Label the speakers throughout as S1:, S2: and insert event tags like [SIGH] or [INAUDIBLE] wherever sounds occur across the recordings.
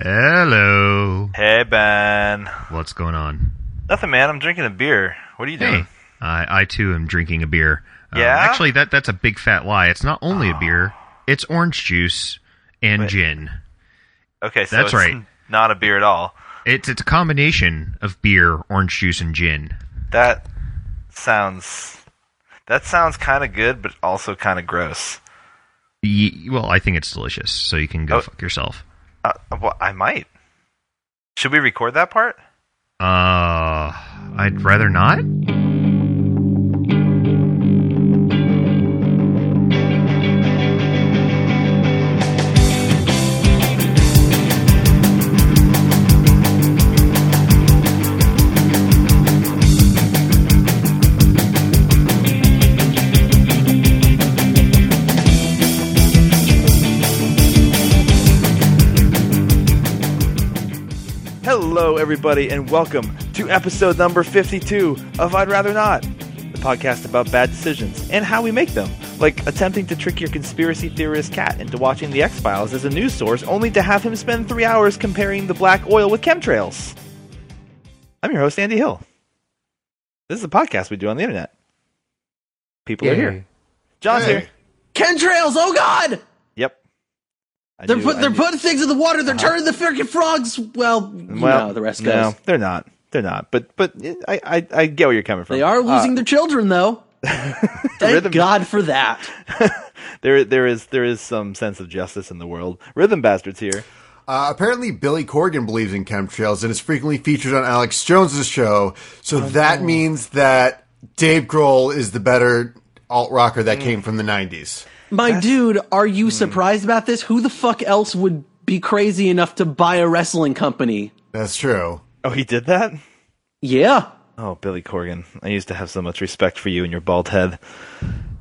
S1: Hello.
S2: Hey, Ben.
S1: What's going on?
S2: Nothing, man. I'm drinking a beer. What are you doing?
S1: I, I too am drinking a beer. Um,
S2: Yeah? Ah.
S1: actually, that that's a big fat lie. It's not only a beer. It's orange juice and
S2: Wait.
S1: gin.
S2: Okay, so
S1: That's
S2: it's
S1: right.
S2: Not a beer at all.
S1: It's it's a combination of beer, orange juice, and gin.
S2: That sounds. That sounds kind of good, but also kind of gross.
S1: Ye- well, I think it's delicious, so you can go
S2: Oh.
S1: fuck yourself.
S2: Uh, well, I might. Should we record that part?
S1: Uh, I'd rather not.
S3: Hello, everybody, and welcome to episode number 52 of I'd Rather Not, the podcast about bad decisions and how we make them, like attempting to trick your conspiracy theorist cat into watching The X Files as a news source only to have him spend three hours comparing the black oil with chemtrails. I'm your host, Andy Hill. This is a podcast we do on the internet. People are here. John's here.
S4: Chemtrails! Oh God!
S3: Yep. I
S4: They're
S3: knew-
S4: put,
S3: I
S4: they're
S3: knew-
S4: putting things in the water. They're turning the freaking frogs. Well, you
S3: Well,
S4: know, the rest
S3: no,
S4: goes.
S3: they're not. They're not. But but it, I, I I get where you're coming from.
S4: They are
S3: Uh,
S4: losing their children,
S3: [LAUGHS]
S4: though. Thank
S3: Rhythm-
S4: God for that.
S3: Uh, [LAUGHS] there there is there is some sense of justice in the world. Rhythm bastards here.
S5: Uh, apparently, Billy Corgan believes in chemtrails and is frequently featured on Alex Jones's show.
S3: Oh,
S5: So that means that Dave Grohl is the better alt rocker that came from the '90s.
S4: My dude, are
S3: Hmm.
S4: you surprised about this? Who the fuck else would be crazy enough to buy a wrestling company?
S5: That's true.
S3: Oh, he did that.
S4: Yeah,
S3: Oh, Billy Corgan. I used to have so much respect for you and your bald head.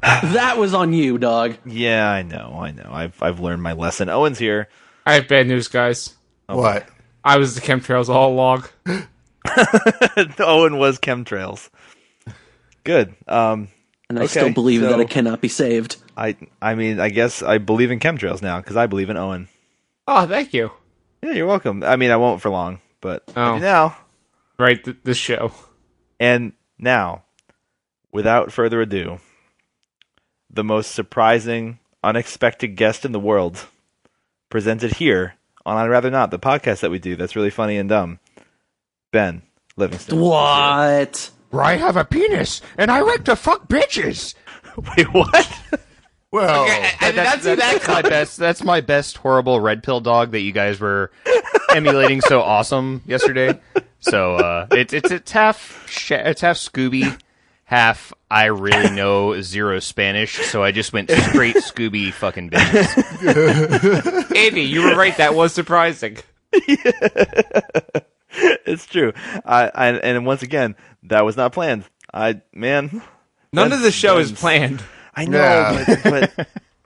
S4: that was on you, dog.
S3: Yeah, I know, I know. I've I've learned my lesson. Owen's here. [LAUGHS]
S6: I have bad news, guys.
S5: What?
S6: I was the chemtrails all along.
S3: Owen was chemtrails. Good. Um,
S4: And I
S3: Okay,
S4: still believe
S3: so-
S4: that it cannot be saved.
S3: I I mean, I guess I believe in chemtrails now because I believe in Owen.
S6: Oh, thank you.
S3: Yeah, you're welcome. I mean, I won't for long, but I
S6: Oh.
S3: do now
S6: Right, th- this show.
S3: and now, without further ado, the most surprising, unexpected guest in the world, presented here on I'd Rather Not, the podcast that we do that's really funny and dumb. Ben
S4: [LAUGHS]
S3: Livingston.
S4: What?
S7: I have a penis, and I like to fuck bitches.
S3: [LAUGHS] Wait, what?
S5: Well,
S6: that's, that's,
S7: my best. That's my best horrible red pill dog that you guys were emulating so awesome yesterday. So uh, it's it's it's half Sha- it's half Scooby, half I really know zero Spanish, so I just went straight Scooby fucking bitches.
S6: Andy, you were right. That was surprising.
S3: it's true. I, I and once again, that was not planned. I man,
S6: None of the show is planned.
S3: I know,
S5: Yeah.
S3: but,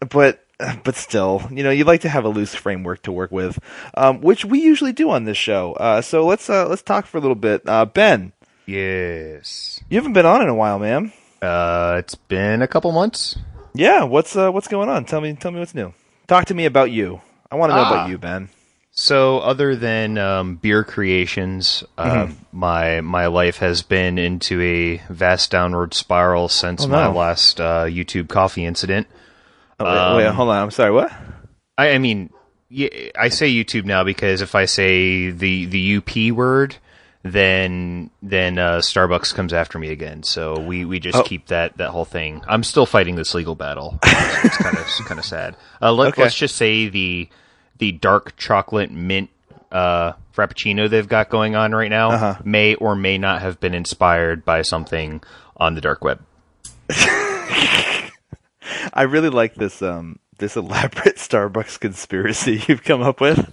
S3: but [LAUGHS] but but still, you know, you like to have a loose framework to work with, um, which we usually do on this show. Uh, so let's uh, let's talk for a little bit. Uh, ben,
S7: Yes,
S3: you haven't been on in a while, man.
S7: uh, it's been a couple months.
S3: Yeah, what's uh, what's going on? Tell me, tell me what's new. Talk to me about you. I want to know
S7: Ah.
S3: about you, Ben.
S7: So, other than um, beer creations, uh, my my life has been into a vast downward spiral since my
S3: no.
S7: last uh, YouTube coffee incident.
S3: Oh, wait,
S7: Um,
S3: wait, hold on. I'm sorry. What?
S7: I, I mean, y- I say YouTube now because if I say the the UP word, then then uh, Starbucks comes after me again. So we, we
S3: Oh.
S7: just keep that, that whole thing. I'm still fighting this legal battle.
S3: [LAUGHS]
S7: It's, kind of kind of sad. Uh, let,
S3: Okay.
S7: Let's just say the the dark chocolate mint uh, frappuccino they've got going on right now
S3: Uh-huh.
S7: may or may not have been inspired by something on the dark web.
S3: I really like this um this [LAUGHS] elaborate Starbucks conspiracy [LAUGHS] you've come up with.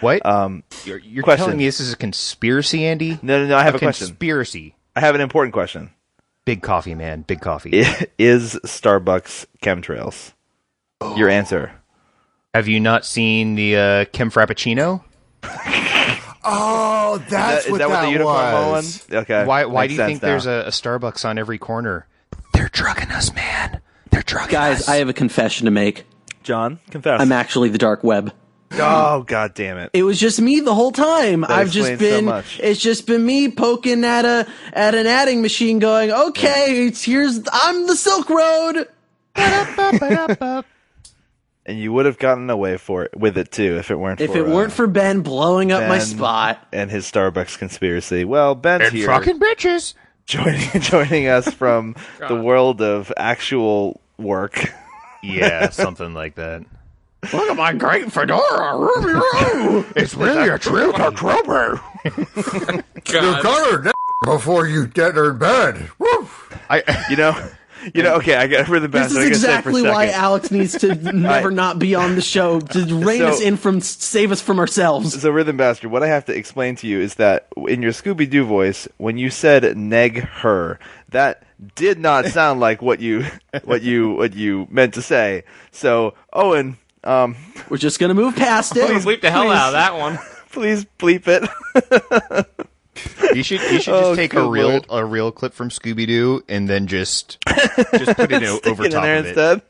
S7: What?
S3: Um,
S7: you're you're
S3: question.
S7: telling me this is a conspiracy, Andy?
S3: no, no, no. I have a, question.
S7: conspiracy.
S3: I have an important question.
S7: Big coffee, man. Big coffee.
S3: Is Starbucks chemtrails?
S7: Oh.
S3: Your answer.
S7: Have you not seen the uh, Kim Frappuccino?
S5: oh, that's
S3: is
S5: what
S3: that
S5: that
S3: what the unicorn
S5: was.
S3: one? Okay.
S7: why why do
S3: makes
S7: you
S3: sense
S7: think
S3: now.
S7: there's a, a Starbucks on every corner? They're drugging us, man. They're drugging
S4: Guys,
S7: us.
S4: I have a confession to make.
S3: John? Confess.
S4: I'm actually the dark web.
S3: Oh god damn it!
S4: It was just me the whole time. I've just
S3: explains so
S4: been
S3: much.
S4: it's just been me poking at a at an adding machine going, "Okay, it's here's I'm the Silk Road."
S3: And you would have gotten away for it with it too if it weren't
S4: If
S3: for
S4: it weren't
S3: uh,
S4: for Ben blowing up my
S3: Ben
S4: spot.
S3: and his Starbucks conspiracy. Well, Ben's here
S7: bitches.
S3: [LAUGHS] joining joining us from the world of actual work.
S7: Yeah, something like that.
S1: Look at my great fedora, Ruby Roo. It's really a true Krober.
S5: You
S6: God.
S5: got her n- before you get her in bed. Woof.
S3: [LAUGHS] You know, you know. Okay, I got for the best.
S4: This is
S3: I gotta say for a
S4: exactly why
S3: second.
S4: Alex needs
S3: [LAUGHS]
S4: to never not be on the show to rein
S3: So-
S4: us in from save us from ourselves.
S3: So, Rhythm Bastard, what I have to explain to you is that in your Scooby Doo voice, when you said "neg her," that did not sound like what you what you what you meant to say. So, Owen, um, [LAUGHS]
S4: We're just gonna move past it.
S6: Bleep the hell out of that one.
S3: please bleep it. [LAUGHS]
S7: You should you should just
S3: Oh,
S7: take a
S3: good
S7: real
S3: lord.
S7: a real clip from Scooby Doo and then just just put
S3: [LAUGHS]
S7: it o- over
S3: Get in
S7: top
S3: there
S7: of it.
S3: instead.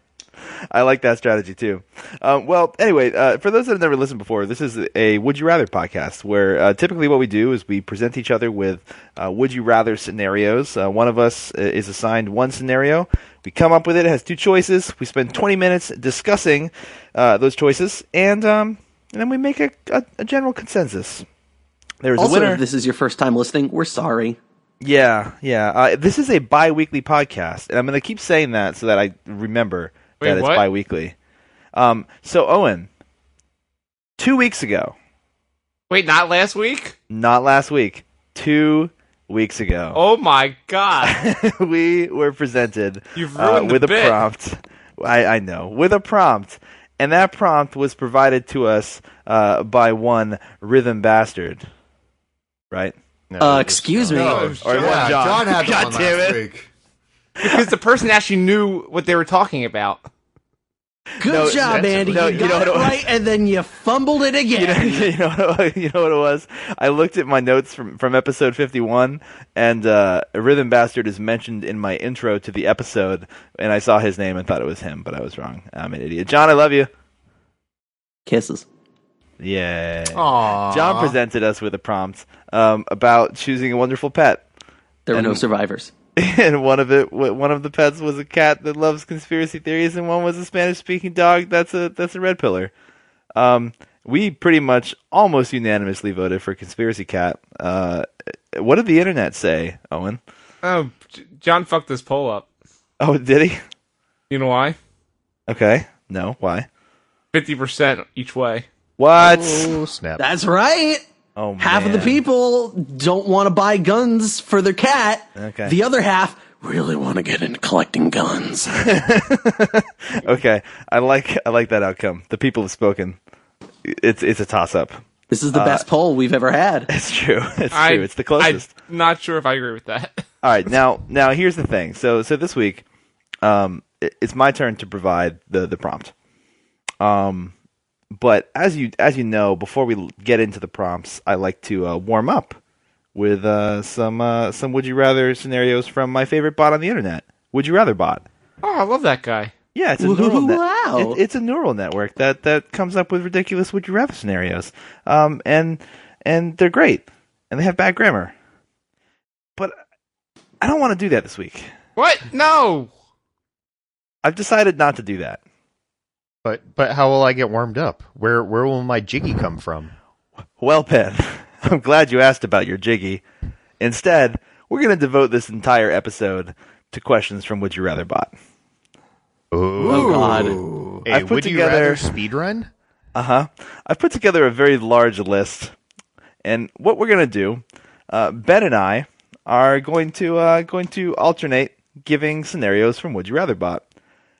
S3: I like that strategy too. Um, well, anyway, uh, for those that have never listened before, this is a Would You Rather podcast where uh, typically what we do is we present each other with uh, Would You Rather scenarios. Uh, one of us uh, is assigned one scenario. We come up with it, it has two choices. We spend 20 minutes discussing uh, those choices, and, um, and then we make a, a, a general consensus. There's a
S4: Also,
S3: winner.
S4: if this is your first time listening, we're sorry.
S3: yeah, yeah. Uh, this is a bi weekly podcast, and I'm going to keep saying that so that I remember
S6: Wait,
S3: that it's
S6: what?
S3: bi weekly. Um, so, Owen, two weeks ago,
S6: Wait, not last week?
S3: not last week, two weeks ago,
S6: Oh my god.
S3: [LAUGHS] we were presented
S6: Oh. You've
S3: uh,
S6: ruined the
S3: with a
S6: bit.
S3: prompt. I, I know, with a prompt. And that prompt was provided to us uh, by one Rhythm Bastard. Right?
S7: No,
S4: Uh,
S7: just-
S4: excuse me.
S3: Or
S5: Oh, yeah,
S3: one John. [LAUGHS]
S5: John had
S6: God
S5: one
S6: damn
S5: last
S6: it.
S5: week.
S6: Because the person actually knew what they were talking about.
S4: Good
S3: No,
S4: job,
S3: that's-
S4: Andy.
S3: no,
S4: you
S3: you know
S4: got
S3: what
S4: it
S3: it was?
S4: right, and then you fumbled it again.
S3: you know, [LAUGHS] you know, what it- you know what it was. I looked at my notes from from episode fifty one, and uh, Rhythm Bastard is mentioned in my intro to the episode, and I saw his name and thought it was him, but I was wrong. I'm an idiot. John, I love you.
S4: Kisses.
S3: Yeah.
S6: Aww.
S3: John presented us with a prompt um, about choosing a wonderful pet,
S4: There were no
S3: And-
S4: survivors.
S3: and one of it, one of the pets was a cat that loves conspiracy theories, and one was a Spanish-speaking dog. That's a that's a red pillar. Um, we pretty much almost unanimously voted for conspiracy cat. Uh, what did the internet say, Owen?
S6: Oh, J- John fucked this poll up.
S3: Oh, did he?
S6: You know why?
S3: Okay, no, why?
S6: 50% each way.
S3: What?
S7: Oh snap!
S4: That's right.
S3: Oh,
S4: Half of the
S3: man.
S4: people don't want to buy guns for their cat.
S3: Okay.
S4: The other half really want to get into collecting guns.
S3: Okay, I like I like that outcome. The people have spoken. It's it's a toss up.
S4: This is the best poll we've ever had.
S3: It's true. [LAUGHS] It's
S6: I-
S3: true. It's the closest.
S6: I'm not sure if I agree with that. [LAUGHS]
S3: All right, now now here's the thing. So so this week, um, it- it's my turn to provide the the prompt. Um, but as you as you know, before we l- get into the prompts, I like to uh, warm up with uh, some uh, some would you rather scenarios from my favorite bot on the internet. Would you rather bot?
S6: Oh, I love that guy.
S3: Yeah, it's a
S4: Woo-
S3: neural net-
S4: wow.
S3: it- it's a neural network that that comes up with ridiculous would you rather scenarios. Um, and and they're great, and they have bad grammar. But I don't want to do that this week.
S6: What? No!
S3: I've decided not to do that.
S7: But but how will I get warmed up? Where where will my jiggy come from?
S3: Well, Penn, [LAUGHS] I'm glad you asked about your jiggy. Instead, we're going to devote this entire episode to questions from Would You Rather Bot.
S4: Oh, God.
S7: Hey,
S3: I've put
S7: would you
S3: together-
S7: rather speed run?
S3: Uh huh. I've put together a very large list, and what we're going to do, uh, Ben and I are going to uh, going to alternate giving scenarios from Would You Rather Bot.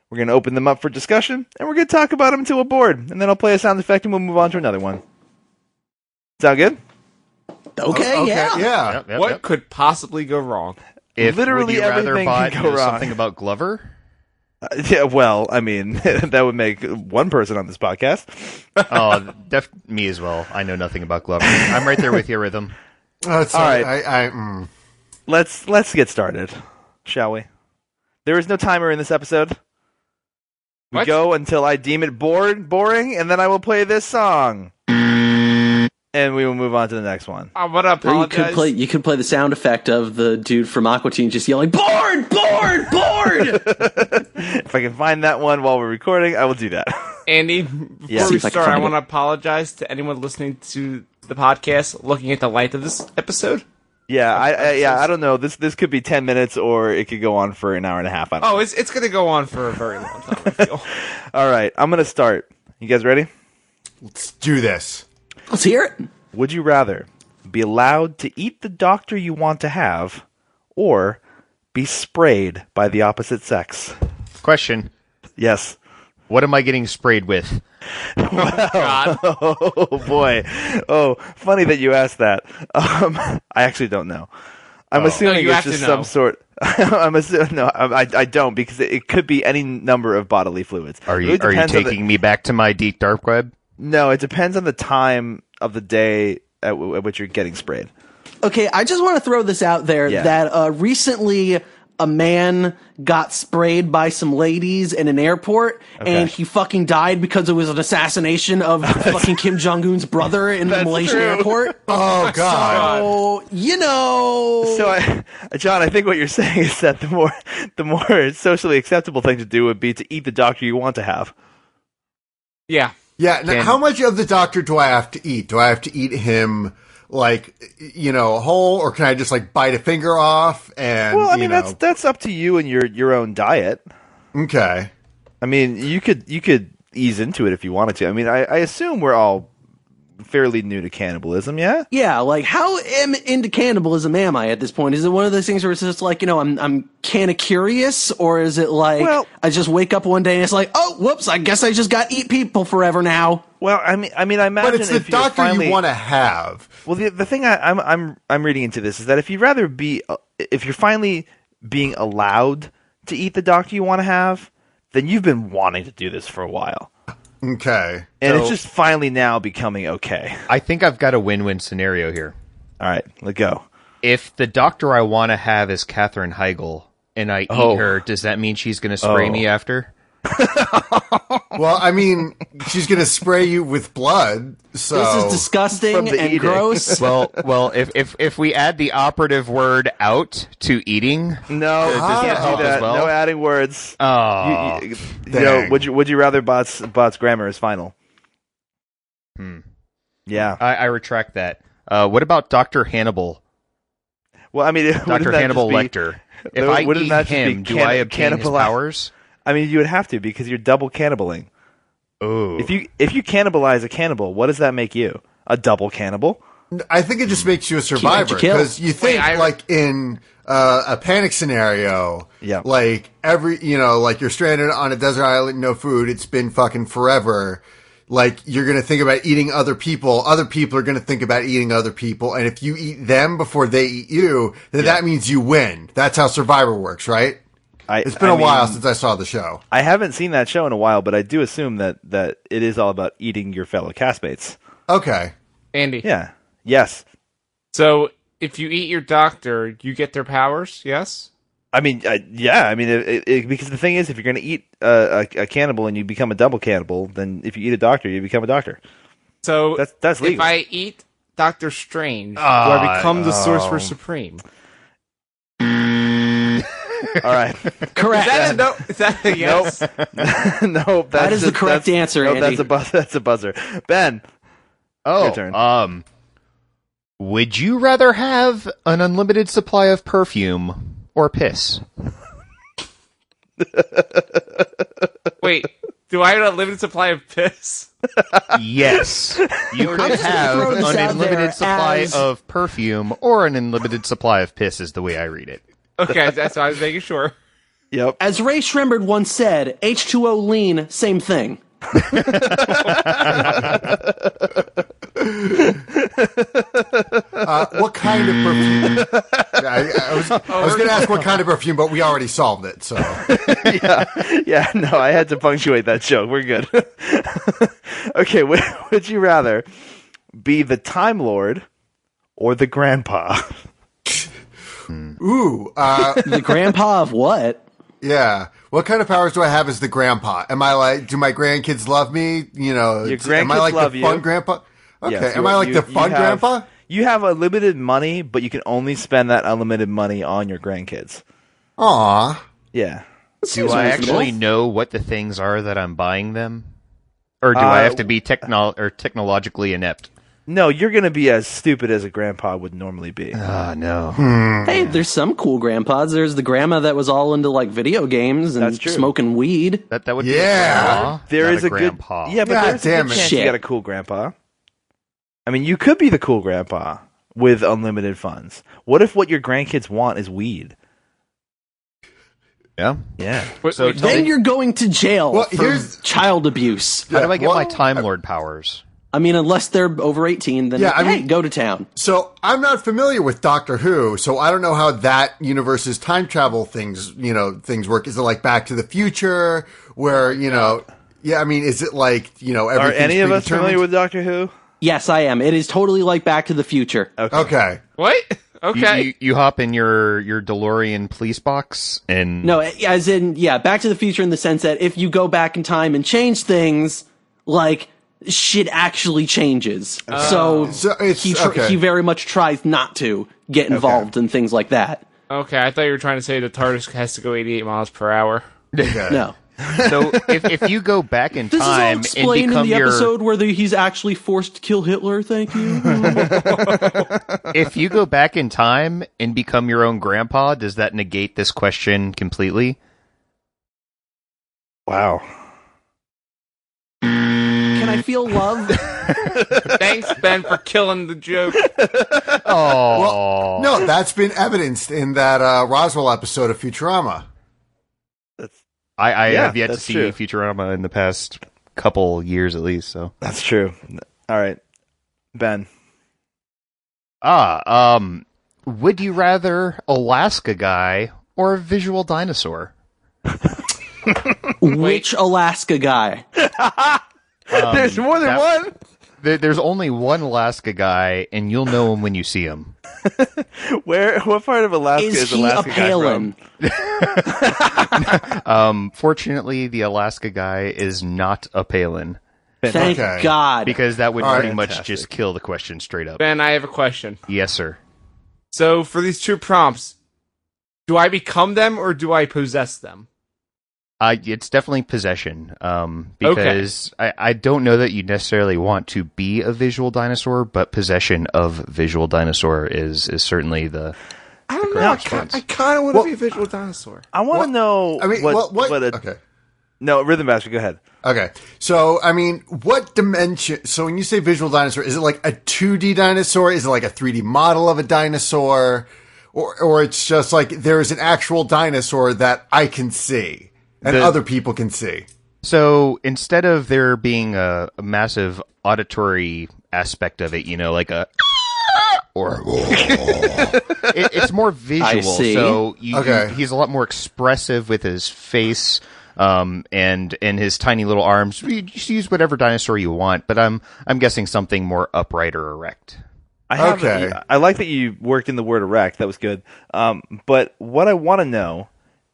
S3: We're going to open them up for discussion, and we're going to talk about them until we're bored, and then I'll play a sound effect, and we'll move on to another one. Sound good?
S4: Okay,
S5: okay,
S4: yeah.
S5: yeah.
S7: Yep, yep,
S6: what
S7: yep.
S6: could possibly go wrong?
S7: If
S3: literally
S7: would you rather
S3: everything
S7: bot
S3: can go
S7: knows
S3: wrong.
S7: Something about Glover?
S3: Uh, Yeah, well, I mean, [LAUGHS] that would make one person on this podcast.
S7: Oh, def- me as well. I know nothing about Glover. I'm right there with you, rhythm.
S5: That's
S3: All
S5: all
S3: right.
S5: right. I, I, mm.
S3: Let's let's get started, shall we? There is no timer in this episode. We
S6: What?
S3: go until I deem it bored, boring, and then I will play this song. And we will move on to the next
S6: [LAUGHS]
S3: one.
S6: I want to
S4: Or you could
S6: apologize.
S4: play you could play the sound effect of the dude from Aqua Teen just yelling bored, bored, bored.
S3: If I can find that one while we're recording, I will do that. [LAUGHS]
S6: Andy, before
S3: Yeah. See
S6: we
S4: if I can
S6: start, I
S4: find
S6: want
S4: it.
S6: to apologize to anyone listening to the podcast, looking at the length of this episode.
S3: yeah, I, I yeah, I don't know. This this could be ten minutes or it could go on for an hour and a half. I don't
S6: Oh, it's it's gonna go on for a very long time. I feel.
S3: know. All right, I'm gonna start. You guys ready?
S5: Let's do this.
S4: Let's hear it.
S3: Would you rather be allowed to eat the doctor you want to have, or be sprayed by the opposite sex?
S7: Question:
S3: Yes. [LAUGHS]
S7: What am I getting sprayed with?
S3: Oh boy. Oh, funny that you asked that. Um, I actually don't know. I'm assuming
S6: No, you
S3: it's
S6: have to
S3: just
S6: know.
S3: some sort. [LAUGHS] I'm assuming no, I, I don't because it, it could be any number of bodily fluids.
S7: Are
S3: It
S7: you
S3: really
S7: are you
S3: depends on the-
S7: taking me back to my deep dark web?
S3: no, it depends on the time of the day at, w- at which you're getting sprayed.
S4: Okay, I just want to throw this out there
S3: Yeah.
S4: that uh, recently a man got sprayed by some ladies in an airport and he fucking died because it was an
S3: [LAUGHS]
S4: assassination of fucking Kim Jong Un's brother in the Malaysian airport.
S3: [LAUGHS]
S5: Oh God!
S4: So, you know.
S3: So, I, [LAUGHS] John, I think what you're saying is that the more [LAUGHS] the more socially acceptable thing to do would be to eat the doctor you want to have.
S6: yeah,
S5: Yeah. Now, how much of the doctor do I have to eat? Do I have to eat him like you know whole, or can I just like bite a finger off? And
S3: Well, I
S5: you
S3: mean
S5: know,
S3: that's that's up to you and your your own diet.
S5: okay.
S3: I mean, you could you could ease into it if you wanted to. I mean, I, I assume we're all fairly new to cannibalism, yeah?
S4: Yeah, like how am, into cannibalism am I at this point? Is it one of those things where it's just like you know I'm I'm kind of curious, or is it like
S3: Well-
S4: I just wake up one day and it's like oh whoops, I guess I just got to eat people forever now.
S3: Well, I mean, I mean, I imagine
S5: But it's the
S3: if you're
S5: doctor
S3: finally,
S5: you want to have.
S3: Well, the, the thing I, I'm I'm I'm reading into this is that if you'd rather be uh, if you're finally being allowed to eat the doctor you want to have, then you've been wanting to do this for a while,
S5: Okay.
S3: and it's
S7: So-
S3: just finally now becoming okay.
S7: I think I've got a win-win scenario here.
S3: All right, let go.
S7: If the doctor I want to have is Katherine Heigl and I eat
S3: Oh.
S7: her, does that mean she's going to spray
S3: Oh.
S7: me after?
S5: Well, I mean, she's gonna spray you with blood. So
S4: This is
S3: Oh.
S4: disgusting
S3: From the
S4: and
S3: eating. [LAUGHS]
S7: [LAUGHS]
S4: gross.
S7: Well, well, if, if if we add the operative word out to eating,
S3: No, you
S5: does
S3: can't
S5: that
S3: do
S5: help
S3: that.
S7: as well?
S3: No adding words.
S7: oh,
S3: you, you, you know,
S5: Dang.
S3: would you would you rather bots bots grammar is final?
S7: Hmm.
S3: Yeah.
S7: I, I retract that. Uh, what about Doctor Hannibal,
S3: Well, I mean, [LAUGHS]
S7: Doctor Hannibal
S3: Lecter.
S7: Lecter? If
S3: There-
S7: I
S3: wouldn't
S7: eat
S3: that just be
S7: him, do
S3: can-
S7: I obtain his
S3: cannibali-
S7: powers?
S3: I mean, you would have to because you're double cannibaling.
S7: Oh,
S3: If you if you cannibalize a cannibal, what does that make you? A double cannibal?
S5: I think it just makes you a survivor
S4: kill.
S5: because you think
S6: I-
S5: like in uh, a panic scenario,
S3: Yeah.
S5: Like every you know, like you're stranded on a desert island, no food. It's been fucking forever. Like you're gonna think about eating other people. Other people are gonna think about eating other people, and if you eat them before they eat you, then that means you win. That's how Survivor works, right?
S3: I,
S5: It's been
S3: a
S5: a while since I saw the show.
S3: I haven't seen that show in a while, but I do assume that that it is all about eating your fellow castmates.
S5: Okay,
S6: Andy.
S3: Yeah. Yes.
S6: So if you eat your doctor, you get their powers. Yes.
S3: I mean, uh, yeah. I mean, it, it, it- because the thing is, if you're going to eat uh, a, a cannibal and you become a double cannibal, then if you eat a doctor, you become a doctor.
S6: So
S3: That's- that's
S6: if
S3: legal.
S6: I eat Doctor Strange,
S7: Ah,
S6: do I become the
S7: oh.
S6: Sorcerer Supreme?
S3: All right.
S4: Correct.
S6: That is no. Is that a yes?
S3: [LAUGHS] no, that's
S4: is the
S3: just-
S4: correct
S3: that's-
S4: answer,
S3: No,
S4: Andy.
S3: that's a buzz, [LAUGHS] that's a buzzer. Ben,
S7: oh,
S3: your turn.
S7: um, would you rather have an unlimited supply of perfume or piss?
S6: Wait, do I have a limited supply of piss? [LAUGHS]
S7: Yes, you could
S4: just gonna
S7: have
S4: throw this
S7: an
S4: out there
S7: unlimited supply
S4: as-
S7: of perfume or an unlimited supply of piss. Is the way I read it.
S6: Okay, that's what I was making sure.
S3: Yep.
S5: [LAUGHS]
S4: As Ray Schremberd once said, H2O lean, same thing.
S5: uh, what kind of perfume?
S3: [LAUGHS]
S5: I, I was, I was going to ask what kind of perfume, but we already solved it.
S3: [LAUGHS]
S5: So
S3: yeah, no, I had to punctuate that joke. We're good. [LAUGHS] okay, would, would you rather be the Time Lord or the Grandpa? [LAUGHS]
S5: ooh, uh,
S4: The grandpa of what?
S5: Yeah. What kind of powers do I have as the grandpa? Am I like, do my grandkids love me? You know,
S3: Your
S5: am I
S3: grandkids
S5: like
S3: love
S5: the
S3: you.
S5: fun grandpa? Okay,
S3: Yes,
S5: am
S3: you-
S5: I like
S3: you-
S5: the
S3: you
S5: fun
S3: have-
S5: grandpa?
S3: You have unlimited money, but you can only spend that unlimited money on your grandkids.
S5: Aw.
S3: Yeah.
S7: Do I actually know what the things are that I'm buying them, or do I
S3: Uh,
S7: have to be techno or technologically inept?
S3: No, you're going to be as stupid as a grandpa would normally
S5: [LAUGHS]
S3: be.
S7: Ah, no.
S4: Hey, there's some cool grandpas. There's the grandma that was all into like video games and
S3: That's true.
S4: smoking weed.
S7: That that would be
S5: Yeah.
S7: a grandma,
S3: There
S7: not
S3: is
S7: a,
S3: a, good
S7: grandpa.
S3: yeah, but
S5: God
S3: there's a
S5: damn
S3: good
S5: it.
S3: chance you
S4: Shit.
S3: got a cool grandpa. I mean, you could be the cool grandpa with unlimited funds. What if what your grandkids want is weed?
S7: yeah.
S3: Yeah,
S7: So
S6: wait,
S7: tell
S4: Then
S7: me,
S4: you're going to jail
S5: Well,
S4: for
S5: here's-
S4: child abuse.
S7: how do I get
S5: Well,
S7: my Time Lord powers?
S4: I mean, unless they're over 18, then
S5: Yeah, I
S4: hey,
S5: mean-
S4: go to town.
S5: So I'm not familiar with Doctor Who, so I don't know how that universe's time travel things, you know, things work. Is it like Back to the Future, where you know, yeah, I mean, is it like you know,
S3: are
S5: everything's
S3: any of us
S5: predetermined?
S3: familiar with Doctor Who?
S4: Yes, I am. It is totally like Back to the Future.
S5: Okay,
S6: What?
S7: You,
S6: Okay.
S7: you, you hop in your your DeLorean police box and
S4: No, as in, yeah, Back to the Future in the sense that if you go back in time and change things, like shit actually changes. So,
S5: so it's
S4: he tr-
S5: okay.
S4: he very much tries not to get involved in things like that.
S6: okay, I thought you were trying to say the TARDIS has to go 88 miles per hour.
S4: No.
S7: So if, if you go back in
S4: This is all
S7: time and
S4: explained in
S7: become
S4: the
S7: your
S4: episode where the, he's actually forced to kill Hitler. Thank
S5: [LAUGHS]
S4: you.
S7: if you go back in time and become your own grandpa, does that negate this question completely?
S3: Wow.
S4: Can I feel love?
S6: Thanks, Ben, for killing the joke.
S7: Oh,
S5: no, that's been evidenced in that uh, Roswell episode of Futurama.
S7: I, I
S3: Yeah,
S7: have yet to
S3: that's
S7: see
S3: true.
S7: Futurama in the past couple years at least. So
S3: That's true. All right, Ben.
S7: ah, um, would you rather Alaska guy or a visual dinosaur?
S4: Which Alaska guy?
S3: There's more than
S7: Um, that-
S3: one.
S7: There, there's only one Alaska guy, and you'll know him when you see him.
S3: Where? What part of Alaska
S4: Is,
S3: is,
S4: he
S3: Alaska
S4: a
S3: guy
S4: Palin?
S3: from?
S7: Um, fortunately, the Alaska guy is not a Palin
S4: Thank
S5: Okay.
S4: God.
S7: because that would
S5: All
S7: pretty
S5: right.
S7: much just kill the question straight up.
S6: Ben, I have a question.
S7: Yes, sir.
S6: So, for these two prompts, do I become them or do I possess them?
S7: Uh, it's definitely possession, um,
S6: Okay.
S7: because I, I don't know that you necessarily want to be a visual dinosaur, but possession of visual dinosaur is is certainly the.
S6: I don't know. I
S7: correct
S6: kind
S7: response.
S6: of want to
S5: Well-
S6: be a visual dinosaur.
S3: I want to know.
S5: I mean,
S3: what?
S5: well, what?
S3: what a-
S5: okay,
S3: No, Rhythm Master. Go ahead.
S5: okay. So I mean, what dimension? So when you say visual dinosaur, is it like a two D dinosaur? Is it like a three D model of a dinosaur, or or it's just like there is an actual dinosaur that I can see and
S7: The-
S5: other people can see?
S7: So instead of there being a, a massive auditory aspect of it, you know, like a or it, it's more visual.
S4: see.
S7: So you,
S5: Okay.
S7: you- he's a lot more expressive with his face um, and and his tiny little arms. You just use whatever dinosaur you want, but I'm I'm guessing something more upright or erect.
S3: I have
S5: Okay.
S3: I like that you worked in the word erect. That was good. Um, but what I want to know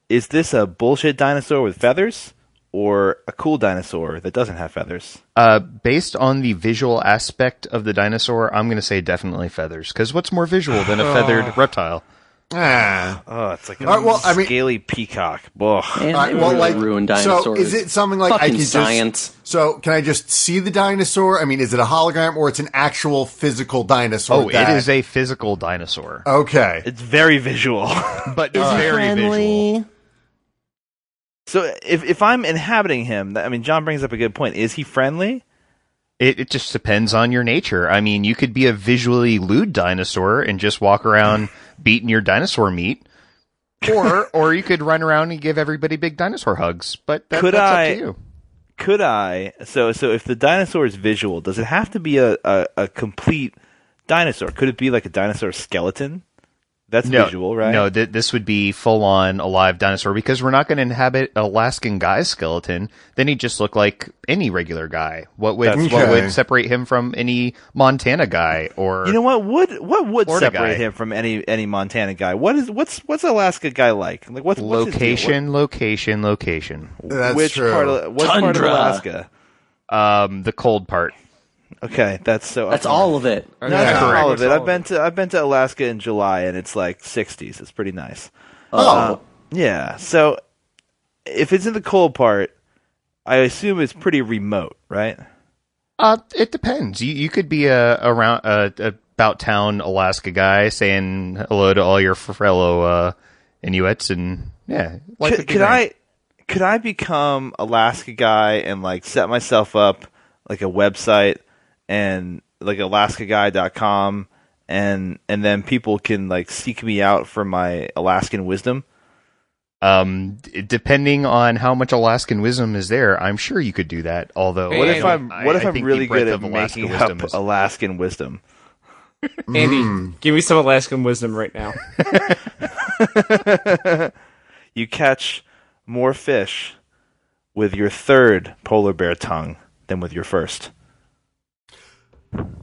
S3: is this a bullshit dinosaur with feathers or a cool dinosaur that doesn't have feathers?
S7: Uh, based on the visual aspect of the dinosaur, I'm going to say definitely feathers. Because what's more visual than a
S5: [SIGHS]
S7: feathered reptile?
S5: Ah.
S4: Uh,
S3: Oh, it's like a
S5: All right, well, I mean-
S3: scaly peacock. Ugh.
S4: Man,
S5: All right,
S4: they
S5: well,
S4: really
S5: like,
S4: ruined
S5: so
S4: dinosaurs.
S5: is it something like I
S4: Fucking
S5: can
S4: science.
S5: just? So can I just see the dinosaur? I mean, is it a hologram or it's an actual physical dinosaur?
S7: Oh,
S5: that-
S7: it is a physical dinosaur,
S5: Okay.
S3: It's very visual. [LAUGHS]
S7: but very visual.
S3: so if if I'm inhabiting him, that- I mean, John brings up a good point. Is he friendly?
S7: It, it just depends on your nature. I mean, you could be a visually lewd dinosaur and just walk
S3: [LAUGHS]
S7: around beating your dinosaur meat, or or you could run around and give everybody big dinosaur hugs. But that,
S3: Could
S7: that's
S3: I-
S7: up to you.
S3: Could I? So so if the dinosaur is visual, does it have to be a, a, a complete dinosaur? Could it be like a dinosaur skeleton? That's
S7: No,
S3: visual, right?
S7: No, th- this would be full on a live dinosaur because we're not going to inhabit an Alaskan guy's skeleton. Then he'd just look like any regular guy. What would
S5: That's
S7: what
S5: okay.
S7: would separate him from any Montana guy or
S3: You know what would what would
S7: Florida
S3: separate
S7: guy.
S3: him from any any Montana guy? What is what's what's Alaska guy like? Like what's what's his deal?
S7: location, location, location?
S3: What-
S5: [LAUGHS] That's
S3: which
S5: true.
S3: part of what part of
S4: Tundra.
S3: Alaska?
S7: Um, the cold part.
S3: Okay, that's so.
S4: That's all of it.
S3: No, that's
S5: Yeah.
S3: all of it.
S6: Correct.
S3: I've been to I've been to Alaska in July and it's like 60s. It's pretty nice.
S4: Oh,
S3: Yeah. So if it's in the cold part, I assume it's pretty remote, right?
S7: Uh, it depends. You you could be a around a, a about town Alaska guy saying hello to all your fellow uh, Inuits and yeah. life
S3: could,
S7: would be
S3: could
S7: great.
S3: I could I become Alaska guy and like set myself up like a website and like alaskaguy.com and and then people can like seek me out for my Alaskan wisdom.
S7: Um, d- depending on how much Alaskan wisdom is there, I'm sure you could do that. Although,
S3: What if
S7: I-
S3: I'm what
S7: I
S3: if
S7: think
S3: I'm
S7: the
S3: really
S7: breadth
S3: good at
S7: of Alaska
S3: making
S7: wisdom
S3: up
S7: is-
S3: Alaskan wisdom?
S6: Andy,
S3: Hmm.
S6: give me some Alaskan wisdom right now.
S3: You catch more fish with your third polar bear tongue than with your first.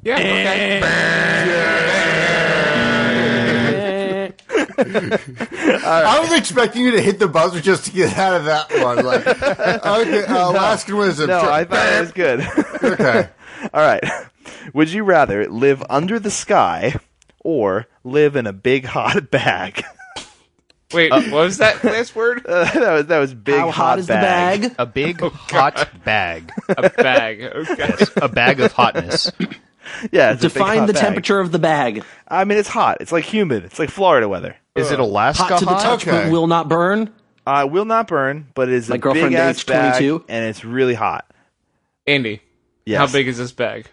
S6: Yeah, okay.
S5: I was expecting you to hit the buzzer just to get out of that one. Like,
S4: [LAUGHS]
S5: okay, uh, Alaskan wisdom.
S3: No,
S5: sure.
S3: I thought it was good.
S5: okay.
S3: [LAUGHS] All right. Would you rather live under the sky or live in a big hot [LAUGHS] bag?
S6: [LAUGHS] Wait, what was that last
S3: [LAUGHS]
S6: word?
S3: Uh, that, was, that was big
S4: how hot is
S3: bag.
S4: the bag?
S7: a big
S3: Oh,
S7: hot bag,
S6: A bag. Okay.
S7: a bag of
S3: [LAUGHS]
S7: hotness.
S3: [LAUGHS] Yeah, it's a big
S4: Define
S3: hot
S4: the
S3: bag.
S4: temperature of the bag.
S3: I mean, it's hot. It's like humid. It's like Florida weather.
S7: Is it Alaska
S4: Hot
S7: hot?
S4: to the touch,
S5: Okay.
S4: but will not burn.
S3: Uh, it will not burn, but it is
S4: My
S3: a big
S4: girlfriend
S3: ass
S4: aged
S3: bag,
S4: 22.
S3: and it's really hot.
S6: Andy,
S3: Yes.
S6: how big is this bag?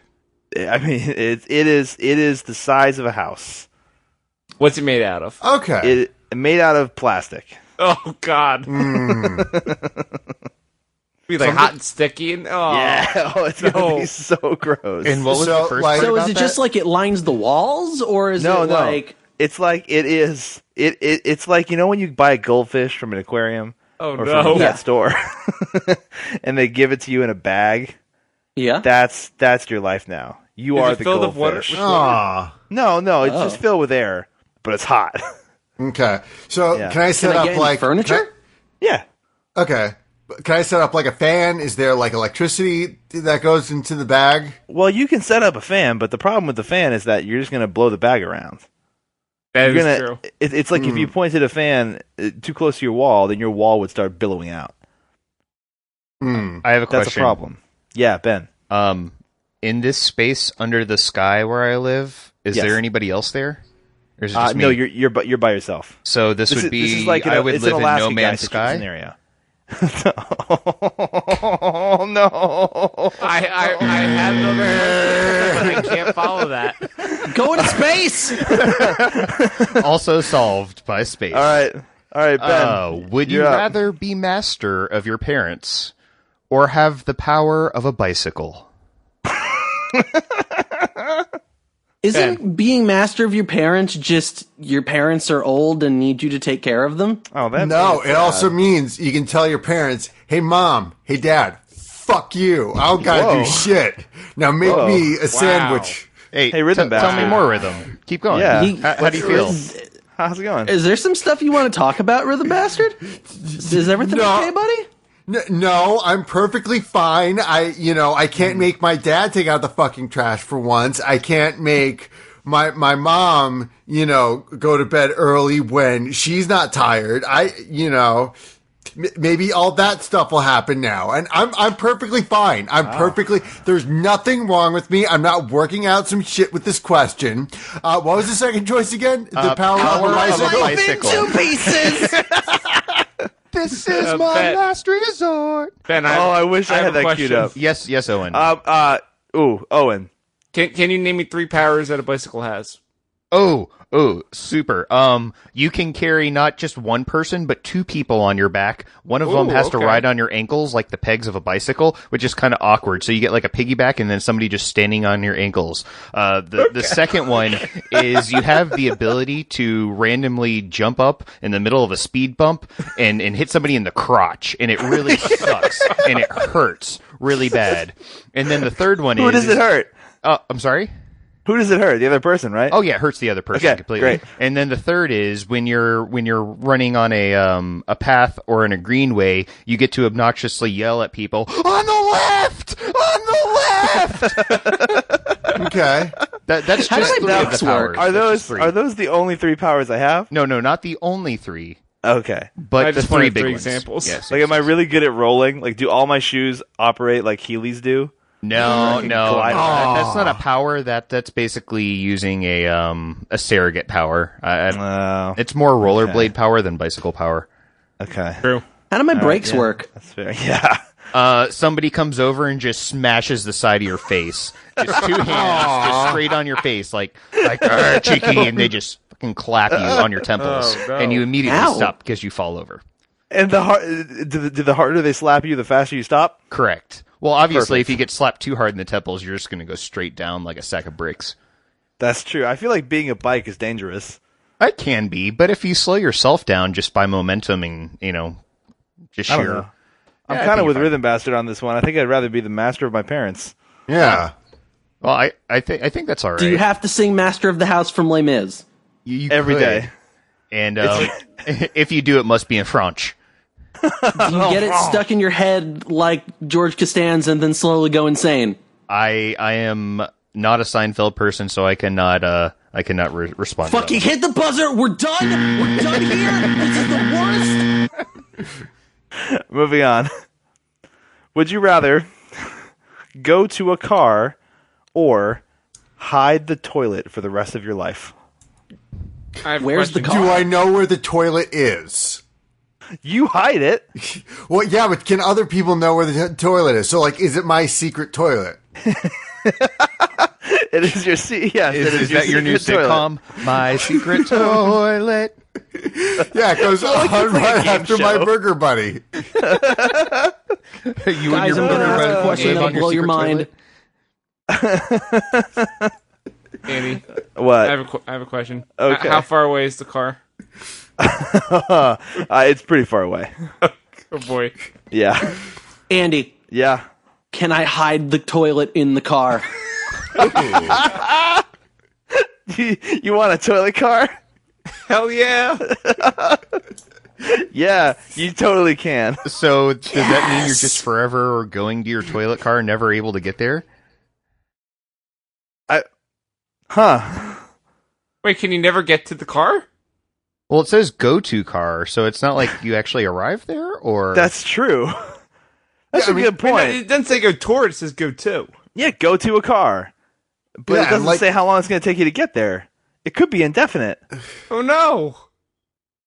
S3: I mean, [LAUGHS] it, it is it is the size of a house.
S6: What's it made out of?
S5: Okay.
S3: It made out of plastic.
S6: Oh God.
S3: Hmm.
S6: [LAUGHS] Be like hot and sticky and oh
S3: Yeah, [LAUGHS] oh, it's gonna be so gross.
S7: And what was
S5: So,
S7: the first
S5: like-
S7: part
S4: So is
S7: about
S4: it just
S7: that?
S4: like it lines the walls, or is
S3: no,
S4: it
S3: no,
S4: like
S3: it's like it is. It, it it's like you know when you buy a goldfish from an aquarium
S6: Oh
S3: or from a
S6: no.
S3: pet
S4: Yeah.
S3: store, [LAUGHS] and they give it to you in a bag.
S4: yeah?
S3: That's that's your life now. You
S6: Is
S3: are
S6: it
S3: the
S6: filled with water?
S3: goldfish.
S5: Aw.
S3: No, no, it's just
S4: Oh.
S3: filled with air, but it's hot. [LAUGHS]
S5: Okay. So
S3: Yeah.
S5: can I set
S4: Can I
S5: up
S4: get any
S5: like
S4: furniture?
S3: yeah,
S5: can I- okay. But Can I set up like a fan? Is there like electricity that goes into the bag?
S3: Well, you can set up a fan, but the problem with the fan is that you're just going to blow the bag around.
S6: That
S3: You're
S6: is
S3: gonna,
S6: true.
S3: It, it's like if you pointed a fan uh, too close to your wall, then your wall would start billowing out.
S5: Hmm.
S7: I have a
S3: That's
S7: question.
S3: a problem. Yeah, Ben.
S7: Um, in this space under the sky where I live, is
S3: Yes.
S7: there anybody else there? Or is it
S3: Uh,
S7: just me?
S3: no, you're you're bu- you're by yourself.
S7: so this,
S3: is-
S7: would be.
S3: this is like an,
S7: I would
S3: it's
S7: live
S3: an
S7: in
S3: Alaska
S7: no man's sky.
S3: guy [LAUGHS] scenario. oh no!
S6: I, I, I have another but I can't follow that.
S4: [LAUGHS] Go into space.
S7: [LAUGHS] also solved by space.
S3: All right, all right, Ben.
S7: Uh, would you
S3: you're up.
S7: rather be master of your parents or have the power of a bicycle?
S4: Isn't being master of your parents just your parents are old and need you to take care of them?
S3: oh, that
S5: No, it also means you can tell your parents, "Hey, mom, hey, dad, fuck you. I don't gotta do shit. Now make me a sandwich."
S3: Hey, rhythm
S7: t-
S3: back.
S7: tell me more rhythm. Keep going.
S3: Yeah.
S4: He-
S7: How, how do you feel?
S3: how's it going?
S4: Is there some stuff you want to talk about, Rhythm Bastard? Is everything
S5: No.
S4: okay, buddy?
S5: N- no, I'm perfectly fine. I, you know, I can't make my dad take out the fucking trash for once. I can't make my my mom, you know, go to bed early when she's not tired. I, you know, m- maybe all that stuff will happen now, and I'm I'm perfectly fine. I'm perfectly. There's nothing wrong with me. I'm not working out some shit with this question. Uh, what was the second choice again? The Uh, power, of
S7: power
S5: a
S7: of a
S5: bicycle.
S7: bicycle. Bicycle.
S4: pieces.
S7: This is
S6: Uh, my bet.
S7: last resort.
S6: Ben, I,
S3: oh, I wish I,
S6: have
S3: had
S6: a
S3: that queued
S6: question.
S3: up.
S7: Yes, yes, Owen.
S3: Um, uh, ooh, Owen.
S6: Can, can you name me three powers that a bicycle has?
S7: Oh, oh, super. Um, you can carry not just one person, but two people on your back. One of them
S6: Ooh,
S7: has to
S6: okay.
S7: ride on your ankles like the pegs of a bicycle, which is kind of awkward. So you get like a piggyback and then somebody just standing on your ankles. Uh, the, the second one is you have the ability to randomly jump up in the middle of a speed bump and, and hit somebody in the crotch. And it
S6: [LAUGHS]
S7: really sucks and it hurts really bad. And then the third one is
S3: Who does it hurt?
S7: Uh, I'm sorry?
S3: Who does it hurt? The other person, right?
S7: Oh yeah, it hurts the other person
S3: Okay,
S7: completely.
S3: great.
S7: And then the third is when you're when you're running on a um a path or in a greenway, you get to obnoxiously yell at people on the left, on the left.
S5: Okay.
S7: that, that's
S4: How
S7: just
S4: do
S7: three of
S4: ducks
S7: the
S4: work?
S7: powers.
S3: Are
S7: That's just
S3: those
S7: three.
S3: are those the only three powers I have?
S7: No, no, not the only three,
S3: Okay.
S7: but
S6: I
S7: the
S6: just
S7: three
S6: wanted
S7: big
S6: three
S7: ones.
S6: examples.
S7: Yes.
S3: Like, am I really good at rolling? Like, do all my shoes operate like Heelys do?
S7: No, no,
S3: glide
S7: that- that's not a power. That that's basically using a um a surrogate power. I, I-
S3: Oh,
S7: it's more rollerblade power than bicycle power.
S3: okay.
S6: True.
S4: How do my brakes work?
S3: That's fair. [LAUGHS] Yeah.
S7: uh, somebody comes over and just smashes the side of your face. Just
S3: [LAUGHS]
S7: two hands, just straight on your face, like like "Arr, cheeky,
S3: [LAUGHS]
S7: and they just fucking clap you on your temples,
S3: Oh,
S6: no.
S7: and you immediately
S4: Ow.
S7: stop because you fall over.
S3: And the har- do, the do the harder they slap you, the faster you stop.
S7: Correct. Well, obviously, if you get slapped too hard in the temples, you're just going to go straight down like a sack of bricks.
S3: That's true. I feel like being a bike is dangerous.
S7: It can be, but if you slow yourself down just by momentum and you know, just
S3: don't
S7: sheer.
S3: know.
S7: Yeah, I
S3: I'm kind
S7: think
S3: of with
S7: you're fine.
S3: Rhythm Bastard on this one. I think I'd rather be the master of my parents.
S5: [LAUGHS] Yeah.
S7: Well, I I think I think that's all right.
S4: Do you have to sing "Master of the House" from Les Mis?
S7: You- you
S3: every
S7: could.
S3: day?
S7: and um, [LAUGHS] if you do, it must be in French.
S4: Do you get it stuck in your head like George Costanza and then slowly go insane?
S7: I I am not a Seinfeld person, so I cannot uh I cannot re- respond. to that
S4: Fucking hit the buzzer. We're done. We're done here. This is the worst.
S3: Moving on. [LAUGHS] Would you rather [LAUGHS] go to a car or hide the toilet for the rest of your life?
S6: I have a
S4: Where's the
S6: question.
S5: Do
S4: car?
S5: I know where the toilet is?
S3: You hide it.
S5: Well, yeah, but can other people know where the t- toilet is? So, like, is it my secret toilet?
S3: It is your seat. [LAUGHS] Yes,
S7: one.
S3: it is
S7: Is, is that your new
S3: secret toilet.
S7: sitcom, My Secret Toilet?
S5: [LAUGHS] Yeah, it goes on right after my
S3: show.
S5: burger buddy.
S7: You
S4: Guys, I'm gonna ask a question that'll blow your mind.
S6: Andy? I
S3: What?
S6: have a, qu- I have a question.
S3: Uh, Okay.
S6: H- How far away is the car?
S3: [LAUGHS] Uh, it's pretty far away. [LAUGHS]
S6: Oh boy.
S3: Yeah.
S4: Andy,
S3: Yeah. [LAUGHS]
S4: can I hide the toilet in the car?
S3: you want a toilet car?
S6: Hell yeah.
S3: [LAUGHS] Yeah, you totally can.
S7: [LAUGHS] So does that mean you're just forever going to your toilet car, never able to get there?
S3: Huh.
S6: [LAUGHS] Wait, can you never get to the car?
S7: Well, it says go to car, so it's not like you actually arrive there, [LAUGHS] or
S3: That's true. That's a good
S6: Wait, no,
S3: point.
S6: it doesn't say go toward. It says go to.
S3: Yeah, go to a car. But
S5: Yeah,
S3: it doesn't
S5: like-
S3: say how long it's going to take you to get there. It could be indefinite.
S6: Oh no.